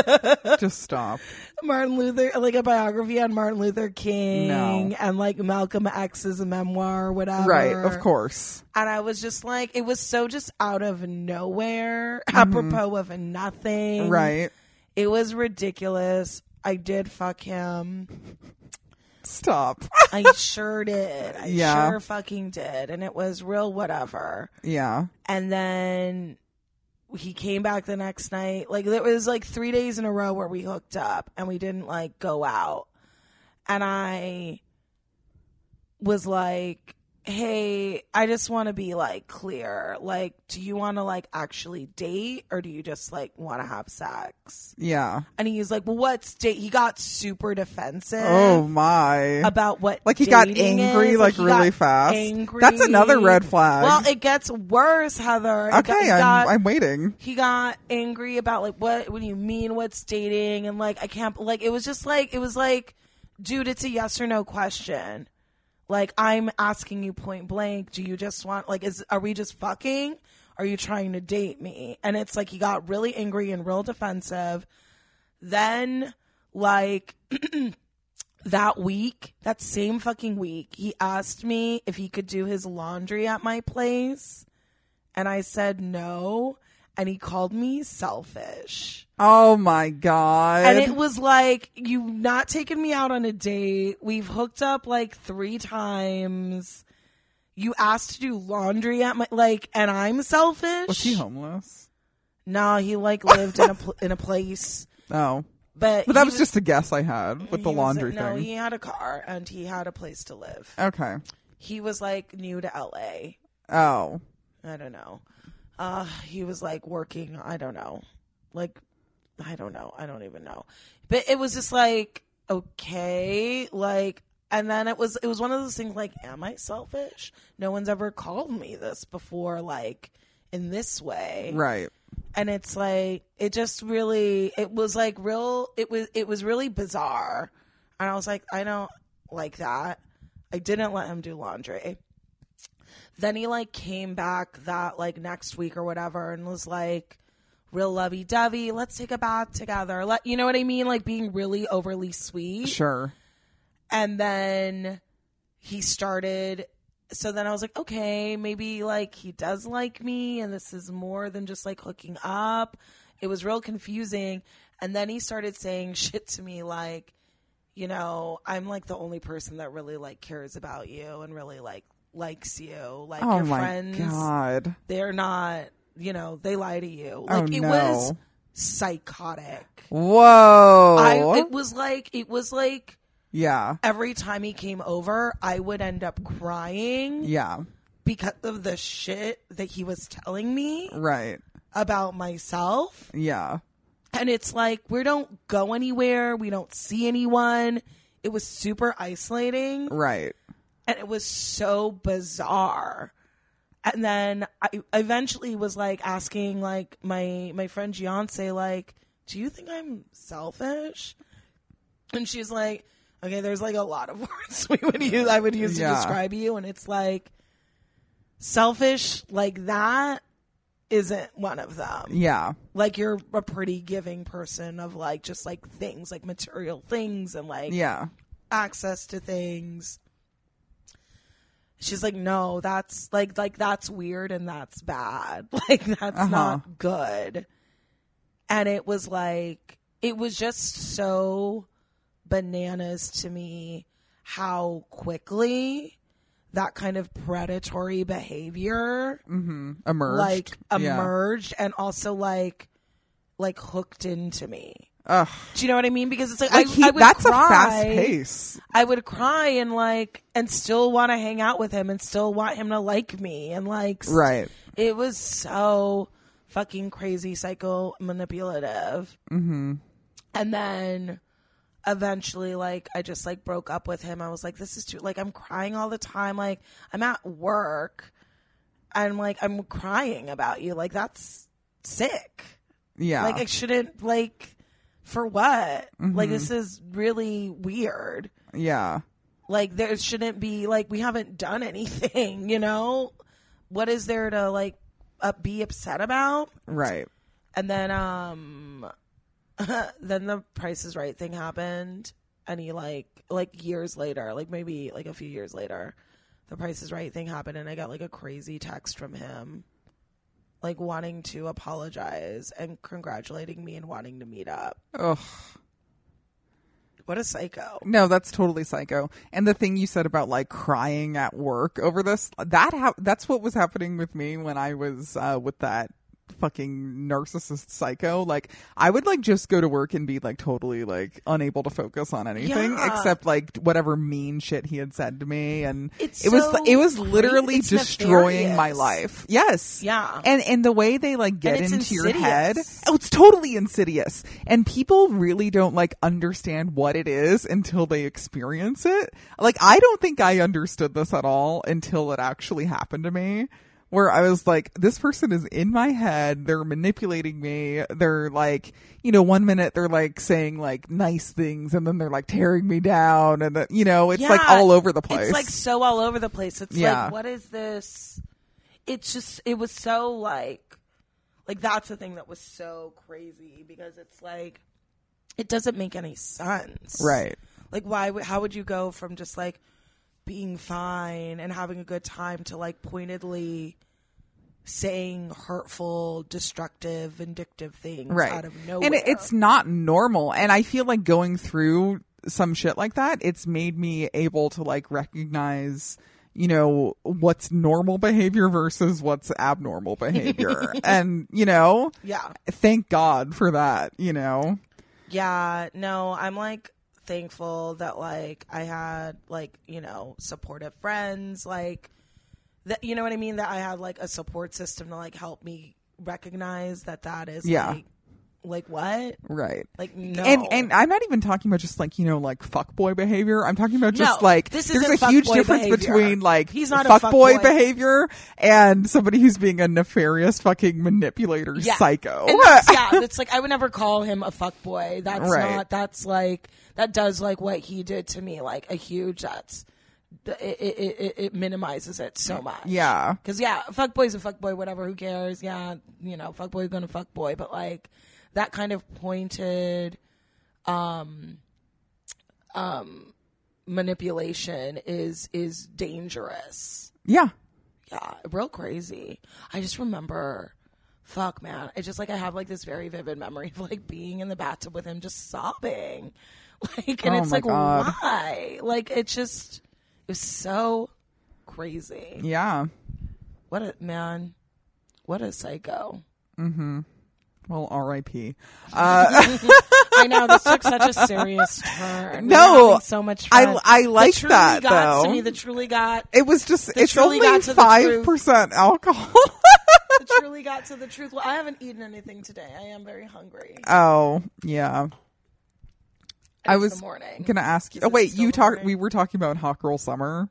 just stop.
Martin Luther, like a biography on Martin Luther King
No.
and like Malcolm X's memoir or whatever.
Right, of course.
And I was just like, it was so just out of nowhere, apropos of nothing.
Mm-hmm. Right,
It was ridiculous. I did fuck him.
stop.
I sure did. I
Yeah.
sure fucking did. And it was real whatever.
Yeah,
And then he came back the next night. Like it was like three days in a row where we hooked up and we didn't like go out. And I was like, Hey, I just want to be like clear. Like, do you want to like actually date or do you just like want to have sex?
yeah.
And he was like, Well, what's date? He got super defensive
Oh my.
about what
Like he got
dating
angry,
is.
like,
he
really
got
fast.
angry.
That's another red flag.
Well, it gets worse, Heather. It got-
okay,
he
I'm,
got,
I'm waiting.
he got angry about like what what do you mean what's dating and like I can't like it was just like it was like dude it's a yes or no question. Like I'm asking you point blank, do you just want like is are we just fucking? Are you trying to date me? And it's like he got really angry and real defensive. Then like that week, that same fucking week, he asked me if he could do his laundry at my place. And I said no. And he called me selfish.
Oh my god.
And it was like, you've not taken me out on a date. We've hooked up like three times. You asked to do laundry at my, like, and I'm selfish.
Was he homeless?
No, he like lived in a, pl- in a place.
Oh.
But,
But that
he
was
was-
just a guess I had with the
he was-
laundry
No,
thing.
he had a car and he had a place to live.
Okay.
he was like new to LA.
Oh.
I don't know. Uh, he was like working. I don't know. Like, I don't know. I don't even know. But it was just like, okay. Like, and then it was, it was one of those things like, am I selfish? No one's ever called me this before, like in this way.
Right.
And it's like, it just really, it was like real, it was, it was really bizarre. And I was like, I don't like that. I didn't let him do laundry then he like came back that like next week or whatever and was like real lovey dovey let's take a bath together let you know what i mean like being really overly sweet
Sure.
and then he started so then i was like okay maybe like he does like me and this is more than just like hooking up it was real confusing and then he started saying shit to me like you know i'm like the only person that really like cares about you and really like likes you like
Oh
your
my
friends
god.
they're not you know they lie to you
Oh,
like it
no.
was psychotic
Whoa.
I, it was like it was like
yeah.
every time he came over, I would end up crying
Yeah.
because of the shit that he was telling me
Right.
about myself.
Yeah.
And it's like, we don't go anywhere, we don't see anyone. It was super isolating
Right.
and it was so bizarre. And then I eventually was like asking like my my friend Beyonce like, "Do you think I'm selfish?" And she's like, "Okay, there's like a lot of words we would use I would use
Yeah.
to describe you and it's like selfish like that isn't one of them
Yeah.
like you're a pretty giving person of like just like things like material things and like
Yeah.
access to things she's like no that's like like that's weird and that's bad like that's
Uh-huh.
not good and it was like it was just so bananas to me how quickly that kind of predatory behavior
Emerged.
like
Yeah.
emerged and also like like hooked into me.
Ugh.
Do you know what I mean? Because it's like,
Like
I,
he,
I would
that's
cry,
a fast pace.
I would cry and like and still want to hang out with him and still want him to like me and like st-
Right.
It was so fucking crazy, psycho manipulative. Mm-hmm. And then eventually, like I just like broke up with him. I was like, this is too like I'm crying all the time. Like I'm at work, and like I'm crying about you. Like that's sick.
Yeah.
Like I shouldn't like for what?
Mm-hmm.
Like this is really weird.
yeah.
Like there shouldn't be like we haven't done anything, you know? What is there to like uh, be upset about?
Right.
And then um then the Price is Right thing happened and he like like years later, like maybe like a few years later, the Price is Right thing happened and I got like a crazy text from him like wanting to apologize and congratulating me and wanting to meet up.
Ugh.
What a psycho.
No, that's totally psycho. And the thing you said about like crying at work over this, that ha- that's what was happening with me when I was uh, with that fucking narcissist psycho. Like I would like just go to work and be like totally like unable to focus on anything
Yeah.
except like whatever mean shit he had said to me and
It's
it was
so
it was
cra-
literally
it's
destroying my
nefarious.
life. Yes.
Yeah.
And and the way they like get
it's
into your head.
insidious.
Oh, it's totally insidious. And people really don't like understand what it is until they experience it. Like I don't think I understood this at all until it actually happened to me. Where I was like, this person is in my head. They're manipulating me. They're like, you know, one minute they're like saying like nice things and then they're like tearing me down. And, then you know, it's like
Yeah,
all over the place.
It's like so all over the place. It's
Yeah.
like, what is this? It's just, it was so like, like that's the thing that was so crazy because it's like, it doesn't make any sense.
right.
Like, why, would- how would you go from just like being fine and having a good time to like pointedly saying hurtful, destructive, vindictive things
right.
out of nowhere?
And it, it's not normal. And I feel like going through some shit like that, it's made me able to like recognize, you know, what's normal behavior versus what's abnormal behavior. and, you know,
yeah.
thank God for that, you know?
Yeah, no, I'm like thankful that like I had like, you know, supportive friends, like that you know what I mean that I had like a support system to like help me recognize that that is
Yeah.
like like what?
Right.
Like no.
And and I'm not even talking about just like you know like fuckboy behavior. I'm talking about just
No,
like
this
there's a
isn't
huge
fuckboy
difference
behavior.
between like
He's not a
fuckboy
fuckboy.
behavior and somebody who's being a nefarious fucking manipulator
Yeah.
psycho.
And that's- yeah, it's like I would never call him a fuck boy. That's
Right.
not. That's like that does like what he did to me. Like a huge. That's it. It, it, it- it minimizes it so much.
Yeah.
Because yeah, fuck boy's a fuck boy. Whatever. Who cares? Yeah. You know, fuck boy's gonna fuck boy. But like that kind of pointed, um, um, manipulation is is dangerous.
Yeah.
Yeah, real crazy. I just remember, fuck, man. I just like I have like this very vivid memory of like being in the bathtub with him, just sobbing, like, and
Oh
it's
my
like,
God.
why? Like, it just it was so crazy.
Yeah.
What a man! What a psycho!
Well, R.I.P.
I know this took such a serious turn. We were
No,
having so much
I-
fun.
I
The
like
truly
that,
got
though.
To me, the truly got
It was just it's
truly
only
got to the
five percent alcohol.
the truly got to the truth. Well, I haven't eaten anything today. I am very hungry.
oh yeah. I
It's
was
the morning.
gonna ask you.
Is
Oh
it
wait,
still
you
the
talked.
morning?
We were talking about Hot Girl Summer.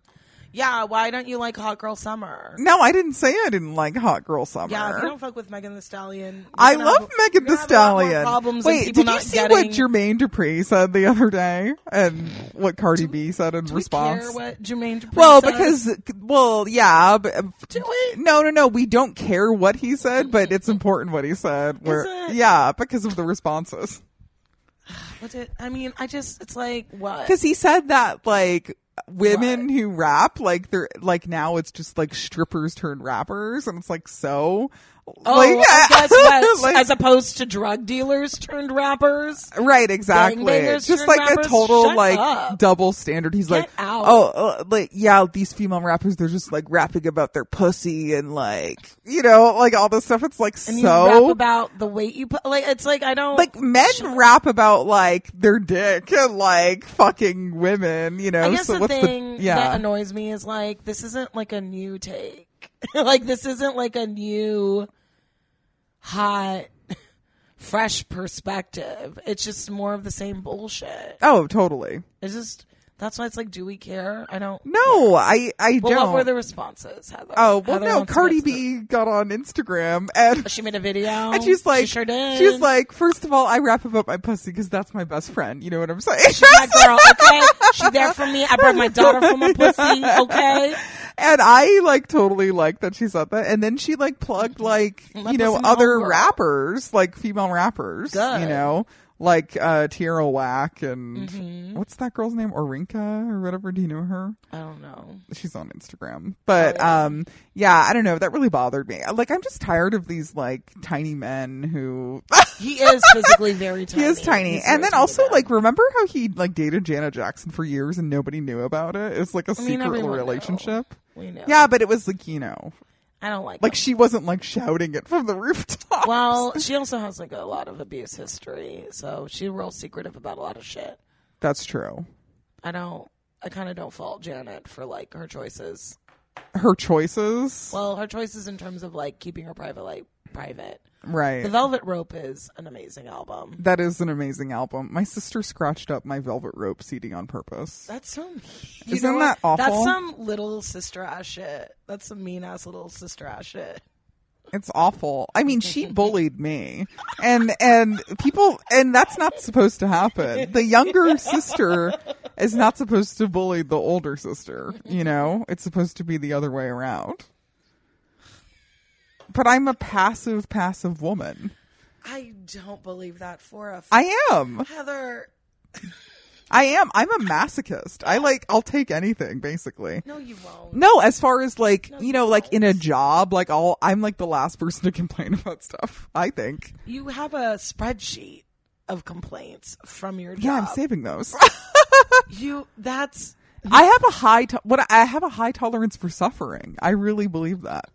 Yeah, why don't you like Hot Girl Summer?
No, I didn't say I didn't like Hot Girl Summer.
Yeah, if you don't fuck with Megan the Stallion. you're
I
gonna
love
have-
Megan
you're
Thee
gonna have a lot more
Stallion.
Problems and
Wait,
people
did you
not
see
getting,
what Jermaine Dupri said the other day, and what Cardi B said in
Do we
response?
care what Jermaine Dupri
well,
says?
because well, yeah. But, um,
Do it.
No, no, no. We don't care what he said, but it's important what he said. Where,
it?
yeah, because of the responses.
What's it? I mean, I just it's like what?
Because he said that like women who rap, like they're like now it's just like strippers turned rappers, and it's like so
Oh,
Like-
I guess yes,
Like-
as opposed to drug dealers turned rappers.
Right, exactly.
Gangbangers,
Just
turn
like
rappers,
a total
shut
like
up.
double standard. He's like,
out.
oh, uh, like yeah, these female rappers they're just like rapping about their pussy and like you know like all this stuff. It's like
And you rap
so
about the weight you put. Like it's like I don't
like men rap about like their dick and like fucking women. You know,
I guess
so
the
what's
thing
the yeah?
that annoys me is like this isn't like a new take. like this isn't like a new hot fresh perspective. It's just more of the same bullshit.
oh, totally.
It's just that's why it's like do we care? I don't
No, I I
Well,
don't.
what were the responses, Heather?
oh well,
Heather
no.
wants to
Cardi
get to the-
B got on Instagram and
she made a video.
And she's like,
Oh, she sure did.
she's like, first of all, I wrap about my pussy because that's my best friend. You know what I'm saying?
she's my girl, okay? She's there for me. I brought my daughter from a pussy, okay?
and I like totally like that she said that. And then she like plugged like,
My
you know,
pussy, my
other
homegirl.
rappers, like female rappers,
Good.
you know, like, uh, Tierra Whack and
Mm-hmm.
what's that girl's name? Orinka or whatever. Do you know her?
I don't know.
she's on Instagram.
Oh,
But um yeah, I don't know, that really bothered me. Like I'm just tired of these like tiny men who
He is physically very tiny.
He is tiny.
He's
and
very
then also,
man.
like, remember how he, like, dated Janet Jackson for years and nobody knew about it? It's like a
I mean,
secret
everyone
relationship.
knew. We know.
Yeah, but it was like, you know,
I don't like.
like
him.
she wasn't like shouting it from the rooftop.
well, she also has like a lot of abuse history, so she's real secretive about a lot of shit.
That's true.
I don't. I kind of don't fault Janet for like her choices.
Her choices.
Well, her choices in terms of like keeping her private life private.
right.
The Velvet Rope is an amazing album.
that is an amazing album. My sister scratched up my velvet rope CD on purpose.
That's so. mean. You
Isn't
know what?
that awful?
That's some little sister ass shit. That's some mean ass little sister ass shit.
It's awful. I mean, she bullied me. And and people and that's not supposed to happen. The younger sister is not supposed to bully the older sister, you know? It's supposed to be the other way around. But I'm a passive passive woman.
I don't believe that for a
I am.
Heather.
I am. I'm a masochist. I like I'll take anything basically.
No, you won't.
No, as far as like,
No,
you know,
you
like in a job, like I'll I'm like the last person to complain about stuff, I think.
You have a spreadsheet of complaints from your job.
Yeah, I'm saving those.
You that's
I have a high to- what I have a high tolerance for suffering. I really believe that.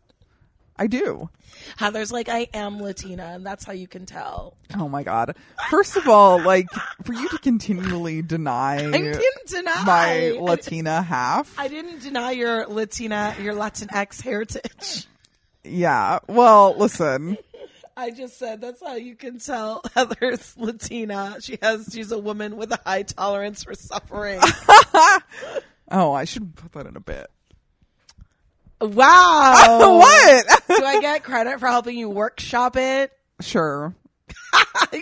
I do.
Heather's like I am Latina, and that's how you can tell.
Oh my god. First of all, like for you to continually deny
I didn't deny
my Latina half.
I didn't deny your Latina, your Latinx heritage.
yeah. Well, listen.
I just said that's how you can tell Heather's Latina. She has she's a woman with a high tolerance for suffering.
Oh, I should put that in a bit. Oh.
wow.
What?
Do I get credit for helping you workshop it?
sure.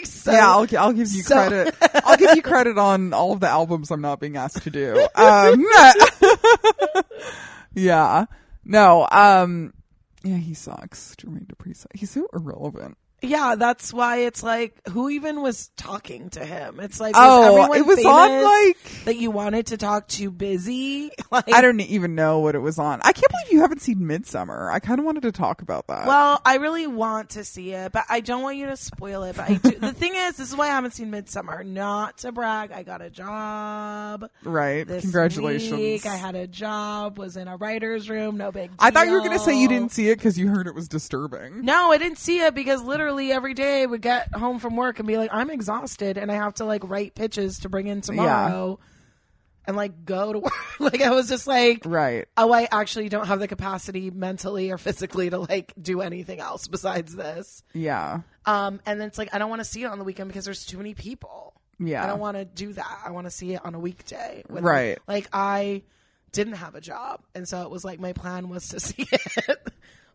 So-
Yeah, I'll, gi- I'll give you
so-
credit. I'll give you credit on all of the albums I'm not being asked to do. Um, yeah. No. Um, yeah, he sucks. Jermaine Dupri. sucks. He's so irrelevant.
Yeah, that's why it's like, who even was talking to him? It's like,
Oh,
was everyone
it was
famous
on, like-
that you wanted to talk to busy. Like,
I don't even know what it was on. I can't believe you haven't seen Midsummer. I kind of wanted to talk about that.
Well, I really want to see it, but I don't want you to spoil it. But I do. the thing is, this is why I haven't seen Midsummer. Not to brag, I got a job.
right.
This
Congratulations.
week. I had a job. Was in a writer's room. No big. Deal.
I thought you were going to say you didn't see it because you heard it was disturbing.
No, I didn't see it because literally every day I would get home from work and be like, I'm exhausted and I have to like write pitches to bring in tomorrow and like go to work. like I was just like,
Right.
oh, I actually don't have the capacity mentally or physically to like do anything else besides this.
Yeah.
Um, and then it's like, I don't want to see it on the weekend because there's too many people.
Yeah.
I don't want to do that. I want to see it on a weekday. when-
Right.
Like I didn't have a job. And so it was like my plan was to see it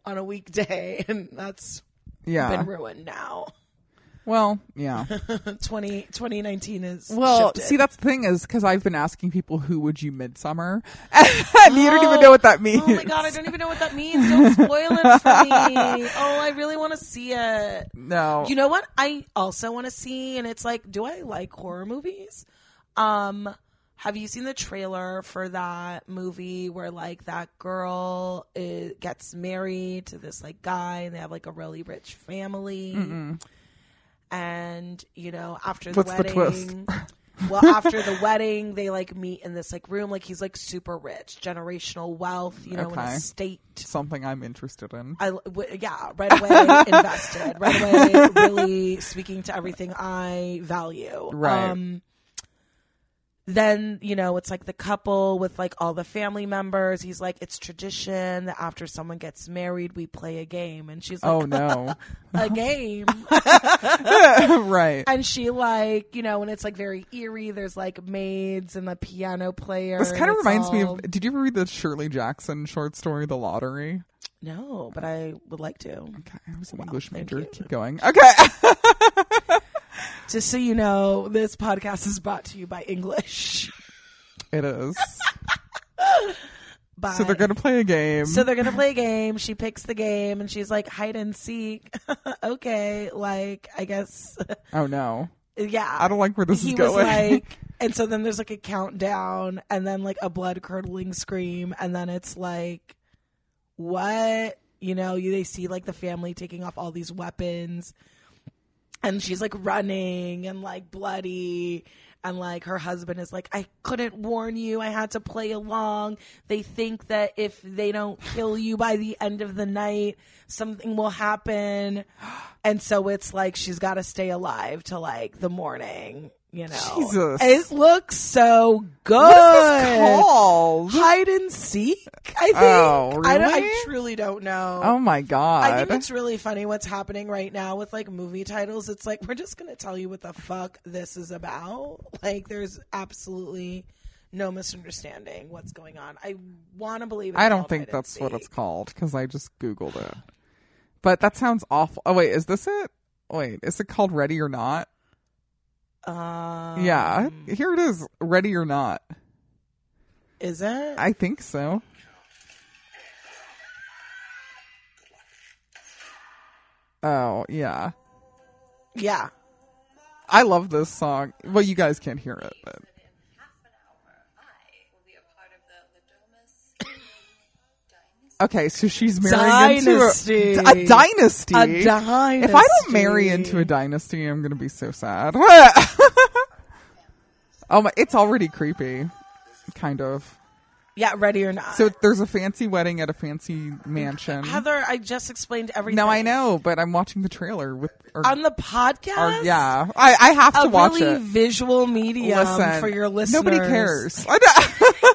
on a weekday. And that's
Yeah.
been ruined now.
Well, yeah.
20, 2019 is
Well,
shifted.
see, that's the thing is because I've been asking people who would you midsummer, and you don't even know what that means.
Oh my god, I don't even know what that means. Don't spoil it for me. Oh, I really want to see it.
No,
You know what? I also want to see, and it's like, do I like horror movies? Um, Have you seen the trailer for that movie where like that girl is, gets married to this like guy and they have like a really rich family? And you know, after the
What's the
wedding,
twist?
well, after the wedding, they like meet in this like room. Like he's like super rich, generational wealth, you know, an
Okay.
estate.
Something I'm interested in.
I w- yeah, right away invested, right away really speaking to everything I value. Um,
Right.
then you know it's like the couple with like all the family members. He's like, it's tradition that after someone gets married, we play a game, and she's like,
Oh no.
a game,
right.
and she like you know, and it's like very eerie. There's like maids and the piano player.
This
and
kind of
it's
reminds me
all-
of Did you ever read the Shirley Jackson short story, The Lottery?
no, but I would like to.
Okay, I was an English
thank
major.
you.
Keep going. Okay.
Just so you know, this podcast is brought to you by English.
it is.
By
So they're going to play a game.
So they're gonna play a game. She picks the game, and she's like hide and seek. okay, like I guess,
oh no.
yeah.
I don't like where this
he
is
was
going.
like, and so then there's like a countdown, and then like a blood curdling scream, and then it's like, what? You know, you, they see like the family taking off all these weapons, and she's like running and like bloody. And like her husband is like, I couldn't warn you. I had to play along. They think that if they don't kill you by the end of the night, something will happen. And so it's like she's got to stay alive till like the morning, you know.
Jesus.
It looks so good.
what is this called?
Hide and seek, I think.
Oh,
I, don't- I
really?
truly don't know.
Oh my god.
I think it's really funny what's happening right now with like movie titles. It's like we're just gonna tell you what the fuck this is about. Like there's absolutely no misunderstanding what's going on. I want to believe. It's
I don't
called
think
Hide and
that's what
Seek.
it's called because I just googled it. But that sounds awful. Oh wait, is this it? Wait, is it called Ready or Not?
Um,
Yeah, here it is. Ready or Not.
Is it?
I think so. Oh yeah,
yeah.
I love this song. Well, you guys can't hear it, but
that in half an hour, I will be a part of the Lidomus dynasty.
okay. So she's marrying
Dynasty.
into a, a dynasty.
A dynasty.
If I don't marry into a dynasty, I'm gonna be so sad. oh my, it's already creepy, kind of.
yeah, ready or not.
So there's a fancy wedding at a fancy mansion.
Heather, I just explained everything.
No, I know, but I'm watching the trailer with. Or,
On the podcast,
or- yeah, I, I have to
a
watch
really
it.
visual medium
Listen,
for your listeners.
nobody cares. I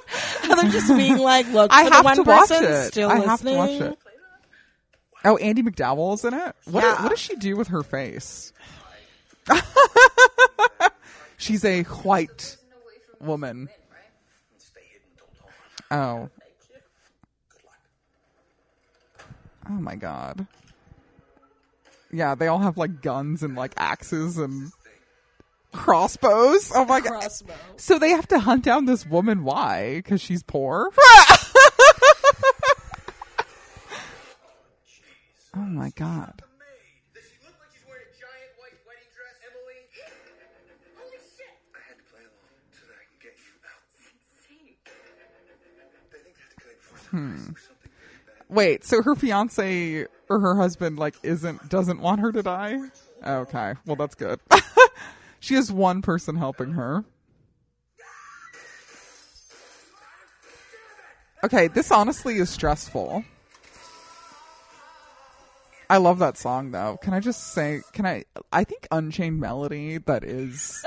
know-
They're just being like, look,
I
for the
have
one
to watch
person
it.
still
I have
listening.
to watch it. Oh, Andy McDowell's in it. What
Yeah.
what does she do with her face? She's a white woman.
Stay hidden, don't talk.
Oh,
Good luck.
Oh my god. Yeah, they all have like guns and like axes and crossbows. Oh my god.
Crossbow.
So they have to hunt down this woman. Why? Because she's poor? oh my god.
Does she look like she's wearing a giant white wedding dress, Emily?
Holy shit!
I had to play along so that I can get you out.
Insane.
They think they have to cut it before sunrise or something very bad.
Wait, so her fiance or her husband like isn't doesn't want her to die? Okay. Well, that's good. she has one person helping her. Okay, this honestly is stressful. I love that song though. Can I just say can I I think Unchained Melody that is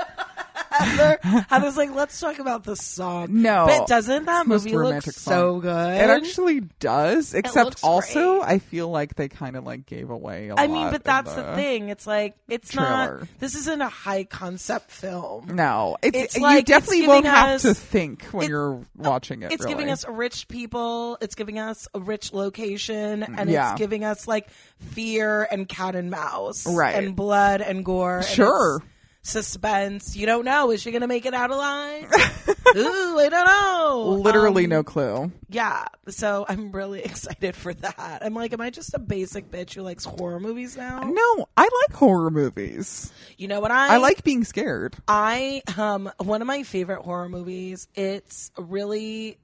I was like, let's talk about this song.
No.
But doesn't that
It's the most
movie look
romantic song.
so good?
it actually does, except
looks
also
great.
I feel like they kind of like gave away a
I
lot.
mean,
in
but that's the, thing. It's like, it's
trailer.
not, this isn't a high concept film.
No, it's,
It's
you
like- it's
definitely
giving
won't have
us-
to think when
it-
you're watching it.
It's giving
really.
us rich people. It's giving us a rich location, and
Mm. Yeah.
it's giving us like fear and cat and mouse,
Right.
And blood and gore, and
Sure.
it's suspense. You don't know is she going to make it out alive? Ooh, I don't know.
Literally
Um,
no clue.
Yeah. So I'm really excited for that. I'm like, am I just a basic bitch who likes horror movies now?
No, I like horror movies.
You know what I
I like being scared.
I um one of my favorite horror movies. It's a really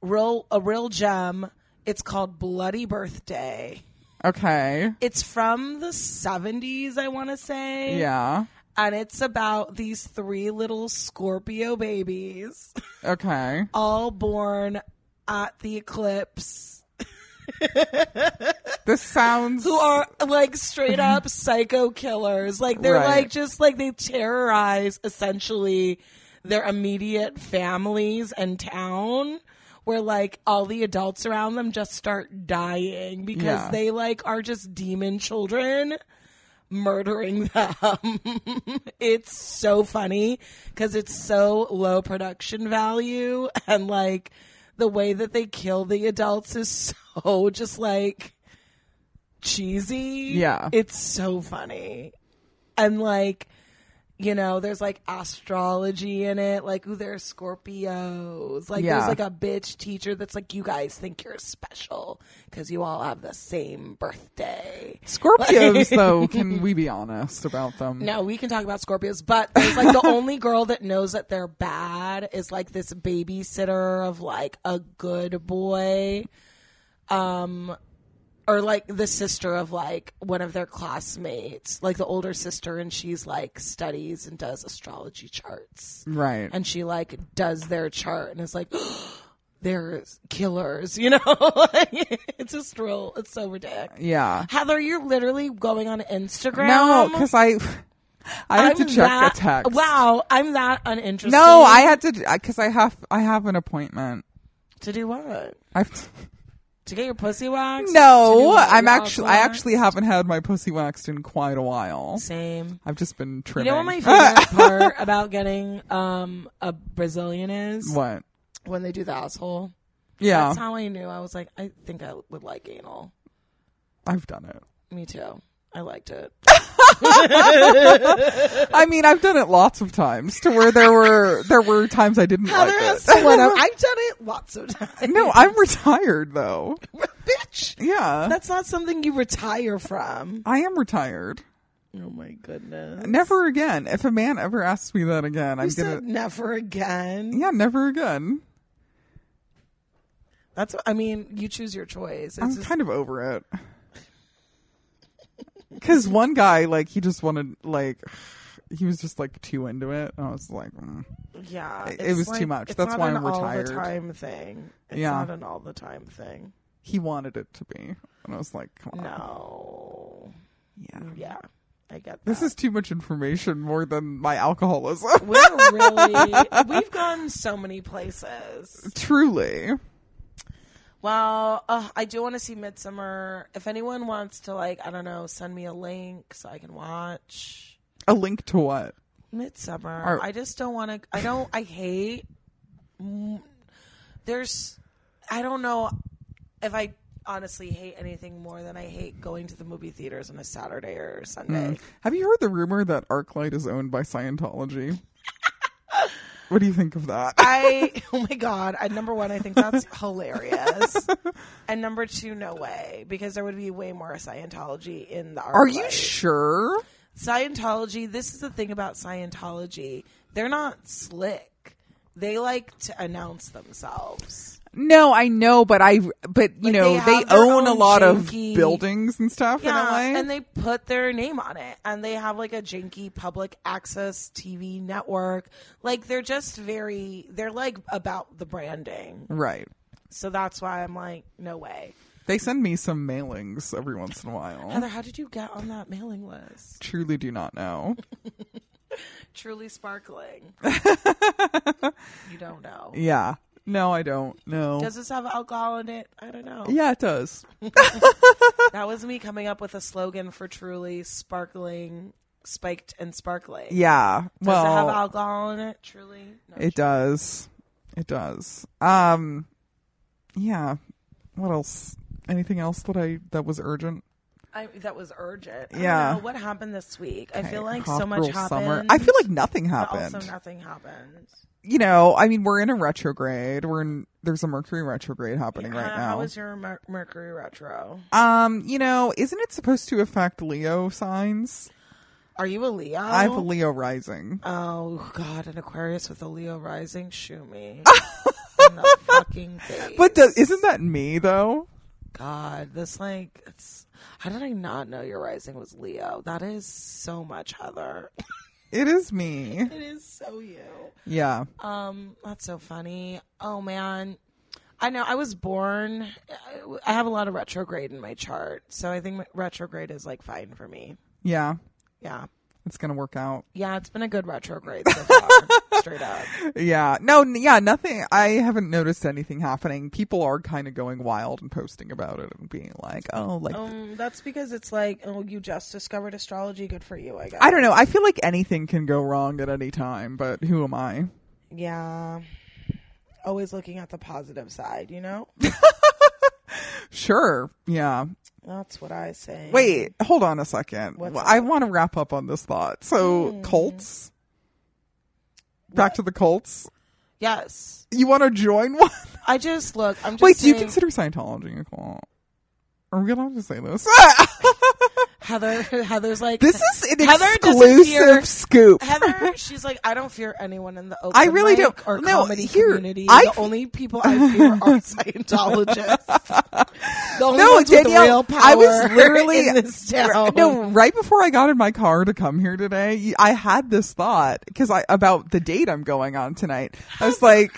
real a real gem. It's called Bloody Birthday.
Okay.
It's from the 70s, I want to say.
Yeah.
And it's about these three little Scorpio babies
Okay.
all born at the eclipse
This sounds
who are like straight up psycho killers. Like they're
Right.
like just like they terrorize essentially their immediate families and town where like all the adults around them just start dying because
Yeah.
they like are just demon children murdering them. it's so funny because it's so low production value and like the way that they kill the adults is so just like cheesy.
Yeah.
It's so funny. And like, you know, there's like astrology in it. Like, ooh, there's Scorpios. Like,
Yeah.
there's like a bitch teacher that's like, you guys think you're special because you all have the same birthday.
Scorpios though, can we be honest about them?
No, we can talk about Scorpios, but there's like the only girl that knows that they're bad is like this babysitter of like a good boy. Um or like the sister of like one of their classmates, like the older sister and she's like studies and does astrology charts.
Right.
And she like does their chart and is like there's killers, you know? Like, it's just real it's so ridiculous.
yeah.
Heather, you're literally going on Instagram.
No, because I I had to
I'm
check
that-
the text.
Wow, I'm that uninterested.
No, I had to because I have I have an appointment.
to do what?
I've
To get your pussy waxed? To do
no,
what?
I'm
Your
actually I
ass
actually haven't had my pussy waxed in quite a while.
waxed? same.
I've just been
You
trimming. Uh,
know what my favorite part about getting um a Brazilian is
What? Oh.
when they do the asshole.
Yeah,
That's how I knew. I was like, I think I would like anal.
I've done it.
Me too. I liked it.
I mean, I've done it lots of times to where there were there were times I didn't
Heather
like
has
it.
to let up. I've done it lots of times.
No, I'm retired though.
bitch.
Yeah,
That's not something you retire from.
I am retired.
Oh my goodness.
Never again. If a man ever asks me that again, I'm
You said
gonna.
never again.
Yeah, never again.
That's what, I mean, you choose your choice. It's
I'm
just,
kind of over it. Because one guy, like, he just wanted, like, he was just like too into it, and I was like, mm.
yeah,
it
it's
was too much.
it's
That's
not
why
an
I'm
All the
retired.
time thing. It's
Yeah.
not an all the time thing.
he wanted it to be, and I was like, come on,
No.
yeah,
Yeah, I get that.
this is too much information, more than my alcoholism.
We're really we've gone so many places.
Truly,
Well, uh, I do want to see Midsummer. If anyone wants to, like, I don't know, send me a link so I can watch
a link to what?
Midsummer.
Or-
I just don't want to. I don't. I hate. mm, There's. I don't know if I honestly hate anything more than I hate going to the movie theaters on a Saturday or Sunday.
Have you heard the rumor that ArcLight is owned by Scientology? what do you think of that?
I oh my god! I, number one, I think that's hilarious, and number two, no way, because there would be way more Scientology in the.
Are you
Arclight.
sure?
Scientology, this is the thing about Scientology. They're not slick. They like to announce themselves.
No, I know, but I but you
Like,
know
they have
they,
their
own a
own
lot
janky-
of buildings and stuff in LA.
and they put their name on it and they have like a janky public access TV network. Like they're just very they're like about the branding.
right.
So that's why I'm like, no way.
They send me some mailings every once in a while.
Heather, how did you get on that mailing list?
Truly do not know.
Truly sparkling. you don't know.
Yeah. No, I don't know.
Does this have alcohol in it? I don't know.
yeah, it does.
That was me coming up with a slogan for truly sparkling, spiked and sparkling.
Yeah.
Does it have
well,
alcohol in it? Truly? No.
it does. It does. Um yeah. What else? Anything else that I that was urgent?
I, that was urgent. I don't
Yeah.
know what happened this week? I feel like
Hot
so much
Girl
happened.
Summer. I feel like nothing
but
happened.
Also, nothing happened.
you know, I mean, we're in a retrograde. We're in. There's a Mercury retrograde happening
Hannah,
right
Uh, How
now.
was your Mer- Mercury retro?
um, you know, isn't it supposed to affect Leo signs?
Are you a Leo?
I have a Leo rising.
Oh God, an Aquarius with a Leo rising. Shoot me. In the fucking face.
But the, isn't that me though?
God, this like, it's, how did I not know your rising was Leo? That is so much Heather.
It is me.
It is so you.
Yeah.
Um, that's so funny. Oh man, I know. I was born. I have a lot of retrograde in my chart, so I think retrograde is like fine for me.
Yeah.
Yeah,
It's gonna work out.
yeah. It's been a good retrograde so far. straight up.
Yeah. No. n- Yeah. Nothing. I haven't noticed anything happening. People are kind of going wild and posting about it and being like, "Oh, like."
Um, that's because it's like, oh, you just discovered astrology. Good for you, I guess.
I don't know. I feel like anything can go wrong at any time, but who am I?
yeah. Always looking at the positive side, you know.
Sure. Yeah.
That's what I say.
Wait, hold on a second.
What's Hmm.
I want to wrap up on this thought. So, cults? Back to the cults?
Yes,
You want to join one?
I just look. I'm just
Wait, do you
saying-
consider Scientology a cult? Are we allowed to say this?
Heather? Heather's like
this is an
Heather doesn't hear-
exclusive scoop.
Heather, she's like, I don't fear anyone in the open.
I really
mic
don't.
Or
No,
comedy
here,
community.
I
the
fe-
only people I fear are Scientologists. the only
No,
ones Oh, with the
Danielle,
real power.
I was literally
in this town.
No, right before I got in my car to come here today, y- I had this thought because I about the date I'm going on tonight. I was like,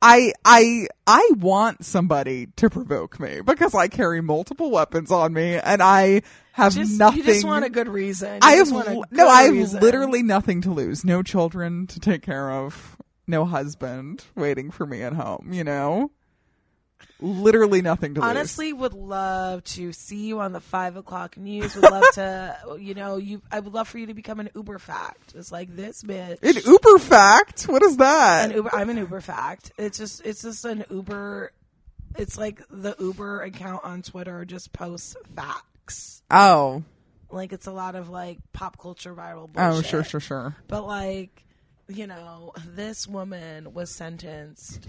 I I I want somebody to provoke me because I carry multiple weapons on me and I have
just,
nothing.
You just want a good reason. You
I have
just want a
l-
good
no, I have
reason.
literally nothing to lose. No children to take care of. No husband waiting for me at home. You know, literally nothing to lose.
honestly would love to see you on the five o'clock news. Would love to, you know, you. I would love for you to become an Uber fact. It's like this bitch.
An Uber fact? What is that?
an Uber. I'm an Uber fact. It's just it's just an Uber. It's like the Uber account on Twitter just posts facts.
oh.
Like it's a lot of like pop culture viral bullshit.
Oh, sure, sure, sure.
But like, you know, this woman was sentenced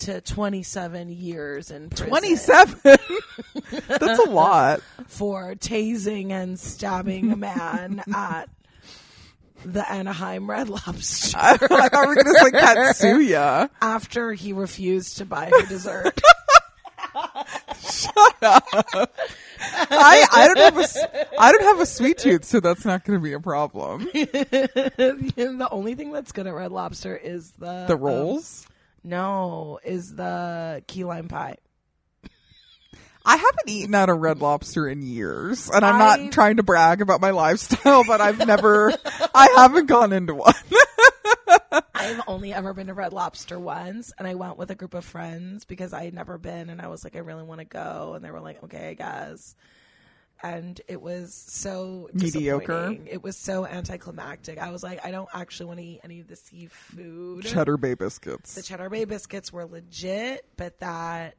to 27 years in prison
27. That's a lot.
for tasing and stabbing a man at the Anaheim Red Lobster.
I thought we were going to say Katsuya.
after he refused to buy her dessert.
I, I don't have a, s- I don't have a sweet tooth, so that's not going to be a problem.
the only thing that's good at Red Lobster is the um,
The rolls.
no, is the key lime pie.
I haven't eaten at a Red Lobster in years, and I'm
I-
not trying to brag about my lifestyle, but I've never, I haven't gone into one.
I've only ever been to Red Lobster once, and I went with a group of friends because I had never been, and I was like, I really want to go, and they were like, Okay, I guess. And it was so
Mediocre.
disappointing. It was so anticlimactic. I was like, I don't actually want to eat any of the seafood.
Cheddar Bay
the
biscuits.
cheddar bay biscuits were legit, but that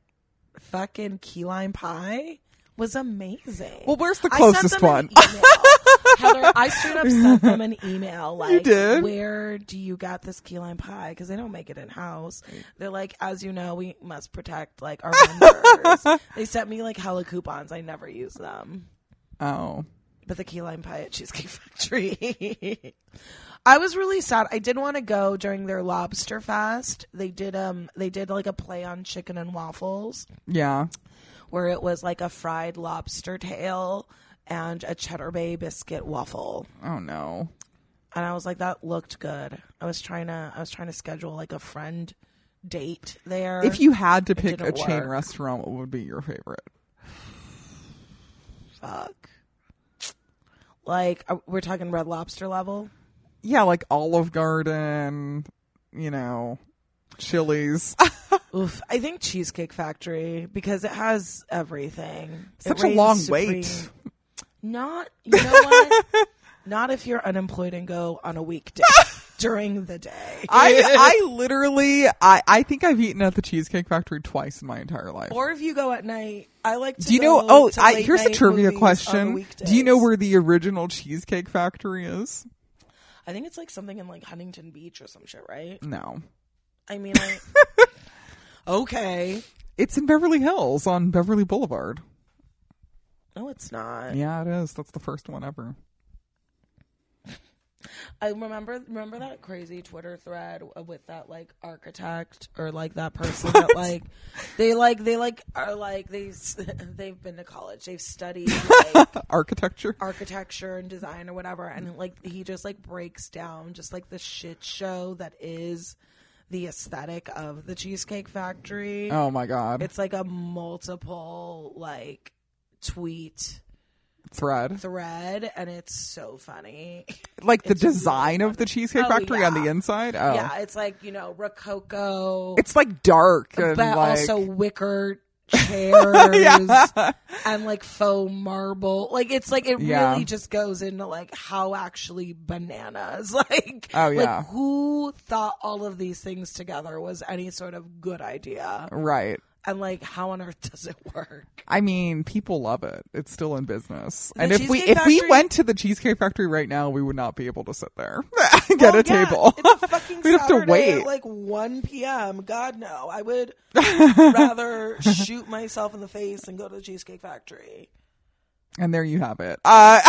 fucking key lime pie was amazing.
Well, where's the
I sent
closest
them e- an
one?
email. Heather, I straight up sent them an email like,
did?
"Where do you got this key lime pie? Because they don't make it in house." They're like, "As you know, we must protect like our vendors." they sent me like hella coupons. I never use them
Oh.
but the key lime pie at Cheesecake Factory. I was really sad. I did want to go during their lobster fest. They did um they did like a play on chicken and waffles
Yeah.
where it was like a fried lobster tail and a cheddar bay biscuit waffle.
Oh no.
And I was like that looked good. I was trying to I was trying to schedule like a friend date there.
If you had to pick a
didn't
chain
work.
restaurant, what would be your favorite?
fuck. Like uh, we're talking red lobster level.
yeah, like Olive Garden, you know, Chili's.
Oof, I think Cheesecake Factory because it has everything. It
Such a
reigns
long
supreme.
wait.
Not you know what? Not if you're unemployed and go on a weekday during the day.
I I literally I I think I've eaten at the Cheesecake Factory twice in my entire life.
or if you go at night, I like to
do you know?
go
Oh,
to
I,
late
here's a
night
trivia
movies on the
question. Do you know
weekdays.
where the original Cheesecake Factory is?
I think it's like something in like Huntington Beach or some shit, right?
No,
I mean, I, okay.
it's in Beverly Hills on Beverly Boulevard.
No, it's not.
Yeah, it is. That's the first one ever.
I remember remember that crazy Twitter thread with that like architect or like that person that like they like they like are like they s- they've been to college they've studied like,
Architecture.
architecture and design or whatever
Mm-hmm.
and like he just like breaks down just like the shit show that is the aesthetic of the cheesecake factory.
Oh my god.
It's like a multiple like tweet
thread.
thread and it's so funny.
Like the design of the Cheesecake
Oh,
Factory on
yeah.
the inside. Oh.
Yeah, it's like, you know, rococo.
It's like dark and like
but also wicker chairs
Yeah.
and like faux marble. Like it's like it
Yeah.
really just goes into like how actually bananas. Like
Oh,
like,
yeah.
who thought all of these things together was any sort of good idea?
right.
And like how on earth does it work?
I mean, people love it. It's still in business.
The
and if we
Cheesecake
if we
Factory-
went to the Cheesecake Factory right now, we would not be able to sit there. Get
Well,
a
Oh, yeah,
table.
It's a fucking
We'd have to
Saturday
wait.
at like one p.m. God no, I would rather shoot myself in the face and go to the Cheesecake Factory.
and there you have it. Uh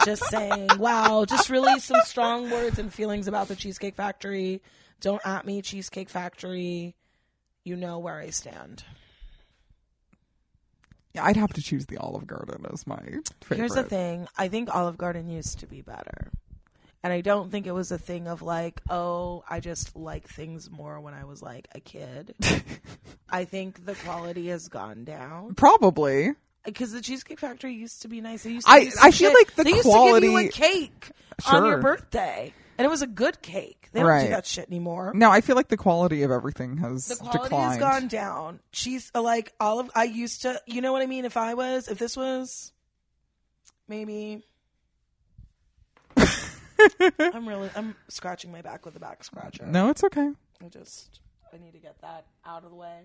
just saying, wow, just really some strong words and feelings about the Cheesecake Factory. Don't at me, Cheesecake Factory. You know where I stand.
I'd have to choose the Olive Garden as my favorite.
Here's the thing I think Olive Garden used to be better. And I don't think it was a thing of like, oh, I just like things more when I was like a kid. I think the quality has gone down
Probably.
because the Cheesecake Factory used to be nice. They used to
I-
do some
I feel
shit.
like the
they used to give you
quality-
a cake on
Sure.
your birthday, and it was a good cake. They don't
Right.
do that shit anymore.
No, I feel like the quality of everything has
the quality
declined.
has gone down. She's uh, like olive. I used to, you know what I mean. If I was, if this was, maybe. I'm really, I'm scratching my back with a back scratcher.
No, it's okay.
I just, I need to get that out of the way.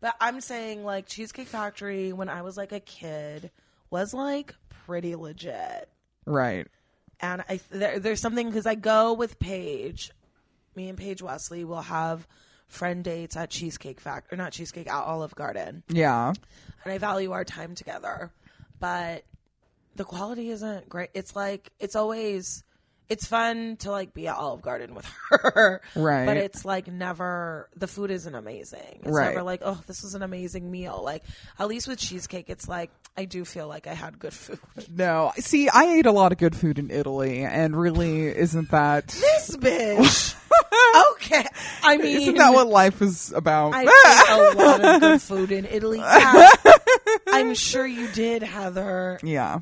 But I'm saying, like Cheesecake Factory, when I was like a kid, was like pretty legit
Right.
and I there, there's something because I go with Paige. Me and Paige Wesley will have friend dates at Cheesecake Factory, or not Cheesecake at Olive Garden,
Yeah.
and I value our time together. But the quality isn't great. It's like it's always it's fun to like be at Olive Garden with her,
Right.
But it's like never the food isn't amazing. It's
Right.
never like oh this was an amazing meal. Like at least with cheesecake, it's like I do feel like I had good food.
No. See, I ate a lot of good food in Italy and really isn't that
this bitch. okay. I mean,
Isn't that what life is about?
I ate a lot of good food in Italy. Yeah. I'm sure you did, Heather.
yeah.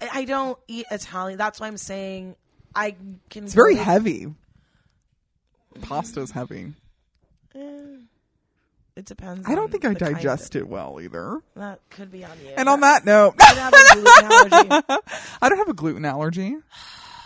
I I don't eat Italian. That's why I'm saying I can.
It's very heavy. Pasta's heavy.
Eh, It depends.
I don't
on
think I
the kind
digest it well either.
of- that could be on you.
And on that note,
You have a gluten allergy.
I don't have a gluten allergy.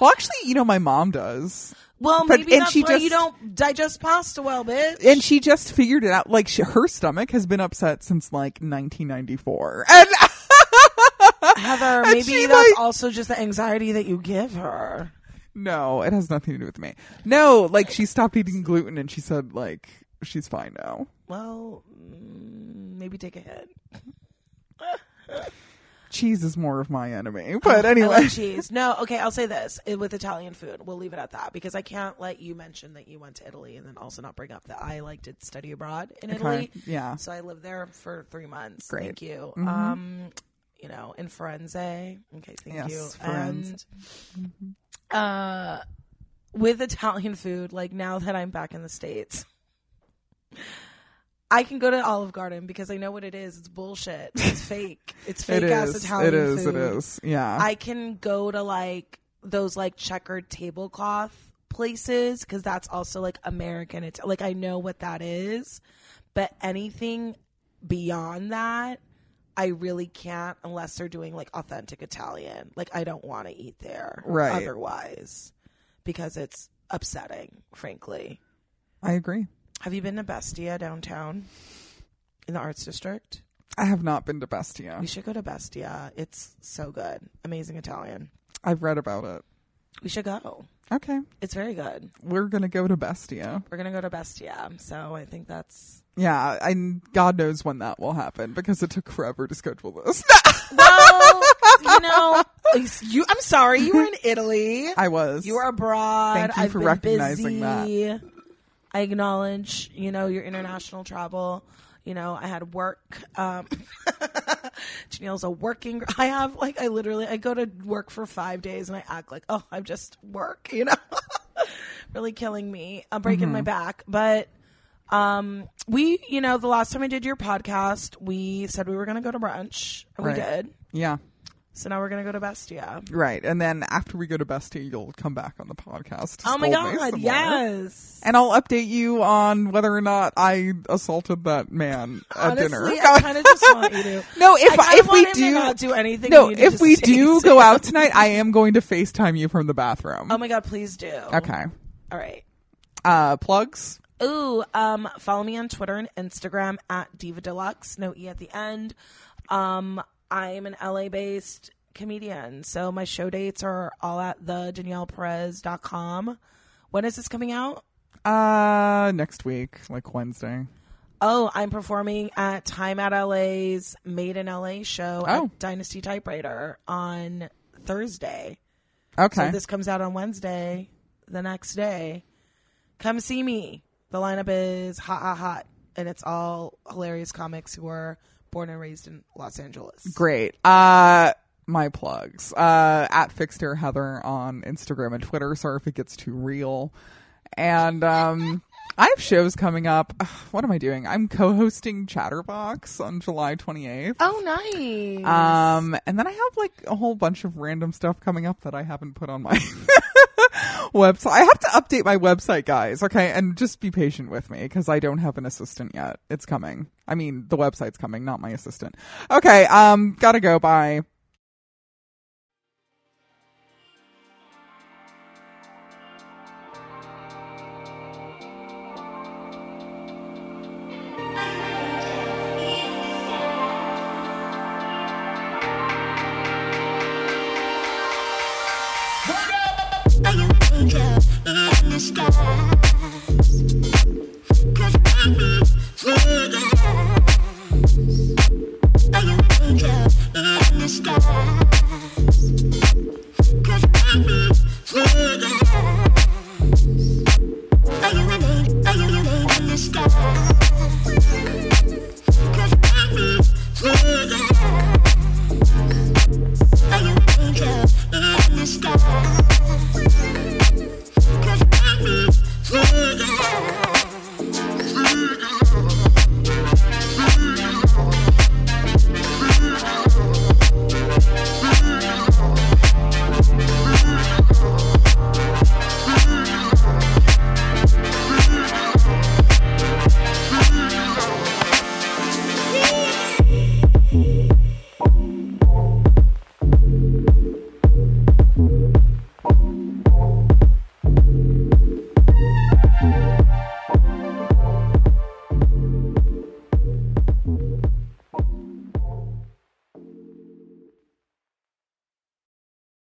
Well, actually, you know, my mom does.
Well,
But-
maybe
and
that's
she
why you
just-
don't digest pasta well, bitch.
And she just figured it out. Like, she, her stomach has been upset since like 1994. And
Heather, maybe
she,
that's
like-
also just the anxiety that you give her.
no, it has nothing to do with me. No, like, she stopped eating gluten and she said, like, she's fine now.
Well, mm, maybe take a hit.
Cheese is more of my enemy. But anyway.
I love cheese. Oh, No, okay, I'll say this it- with Italian food. We'll leave it at that because I can't let you mention that you went to Italy and then also not bring up that I like did study abroad in Italy.
yeah.
So I lived there for three months.
Great. Mm-hmm.
Thank you. Um, you know, in Firenze. Okay, thank
Yes,
you.
Firenze.
And uh, with Italian food, like now that I'm back in the States. I can go to Olive Garden because I know what it is. It's bullshit. It's fake. It's fake
It
ass
is.
Italian
It is.
food.
It is. Yeah.
I can go to like those like checkered tablecloth places because that's also like American. It's like I know what that is, but anything beyond that, I really can't unless they're doing like authentic Italian. Like I don't want to eat there
Right.
otherwise. because it's upsetting, frankly.
I agree.
Have you been to Bastia downtown in the arts district?
I have not been to
We
Bastia.
should go to Bastia. It's so good. Amazing Italian.
I've read about it.
We should go.
Okay.
It's very good.
We're going to go to Bastia.
We're going to go to Bastia. So I think that's.
Yeah, and God knows when that will happen because it took forever to schedule this.
Well, you know, you, I'm sorry. You were in Italy.
I was.
You were abroad.
Thank you
I've
for
been
recognizing
busy. I acknowledge, you know, your international travel. You know, I had work. Um, Janelle's a working. I have like I literally I go to work for five days and I act like oh I'm just work. You know, really killing me. I'm breaking
Mm-hmm.
my back, but. Um, we, you know, the last time I did your podcast, we said we were going to go to brunch and we
Right.
did.
Yeah,
So now we're going to go to Bastia.
right. And then after we go to Bestie, you'll come back on the podcast. to
Oh my
scold me some
God.
more.
Yes.
And I'll update you on whether or not I assaulted that man at
Honestly,
dinner.
I kind of just want you to.
no, if
I kinda
if we
want him to
do
not do anything,
no,
and you to
if
just
we
stay
do
safe.
go out tonight, I am going to FaceTime you from the bathroom.
Oh my god, please do. Okay.
okay.
All right.
Uh, plugs.
Ooh, um, follow me on Twitter and Instagram at Diva Deluxe, no E at the end. Um, I'm an LA based comedian, so my show dates are all at the DaniellePerez.com. When is this coming out?
Uh, next week, like Wednesday.
Oh, I'm performing at Time Out LA's Made in LA show
Oh.
at Dynasty Typewriter on Thursday.
Okay.
So this comes out on Wednesday, the next day. Come see me. The lineup is hot, hot, hot, and it's all hilarious comics who were born and raised in Los Angeles.
Great. Uh my plugs. Uh at Fixter Heather on Instagram and Twitter. Sorry if it gets too real. And um I have shows coming up. Ugh, What am I doing? I'm co-hosting Chatterbox on July 28th.
Oh, nice.
Um and then I have like a whole bunch of random stuff coming up that I haven't put on my website. I have to update my website, guys, okay? And just be patient with me cuz I don't have an assistant yet. It's coming. I mean, the website's coming, not my assistant. Okay, um got to go. Bye.
Mm-hmm.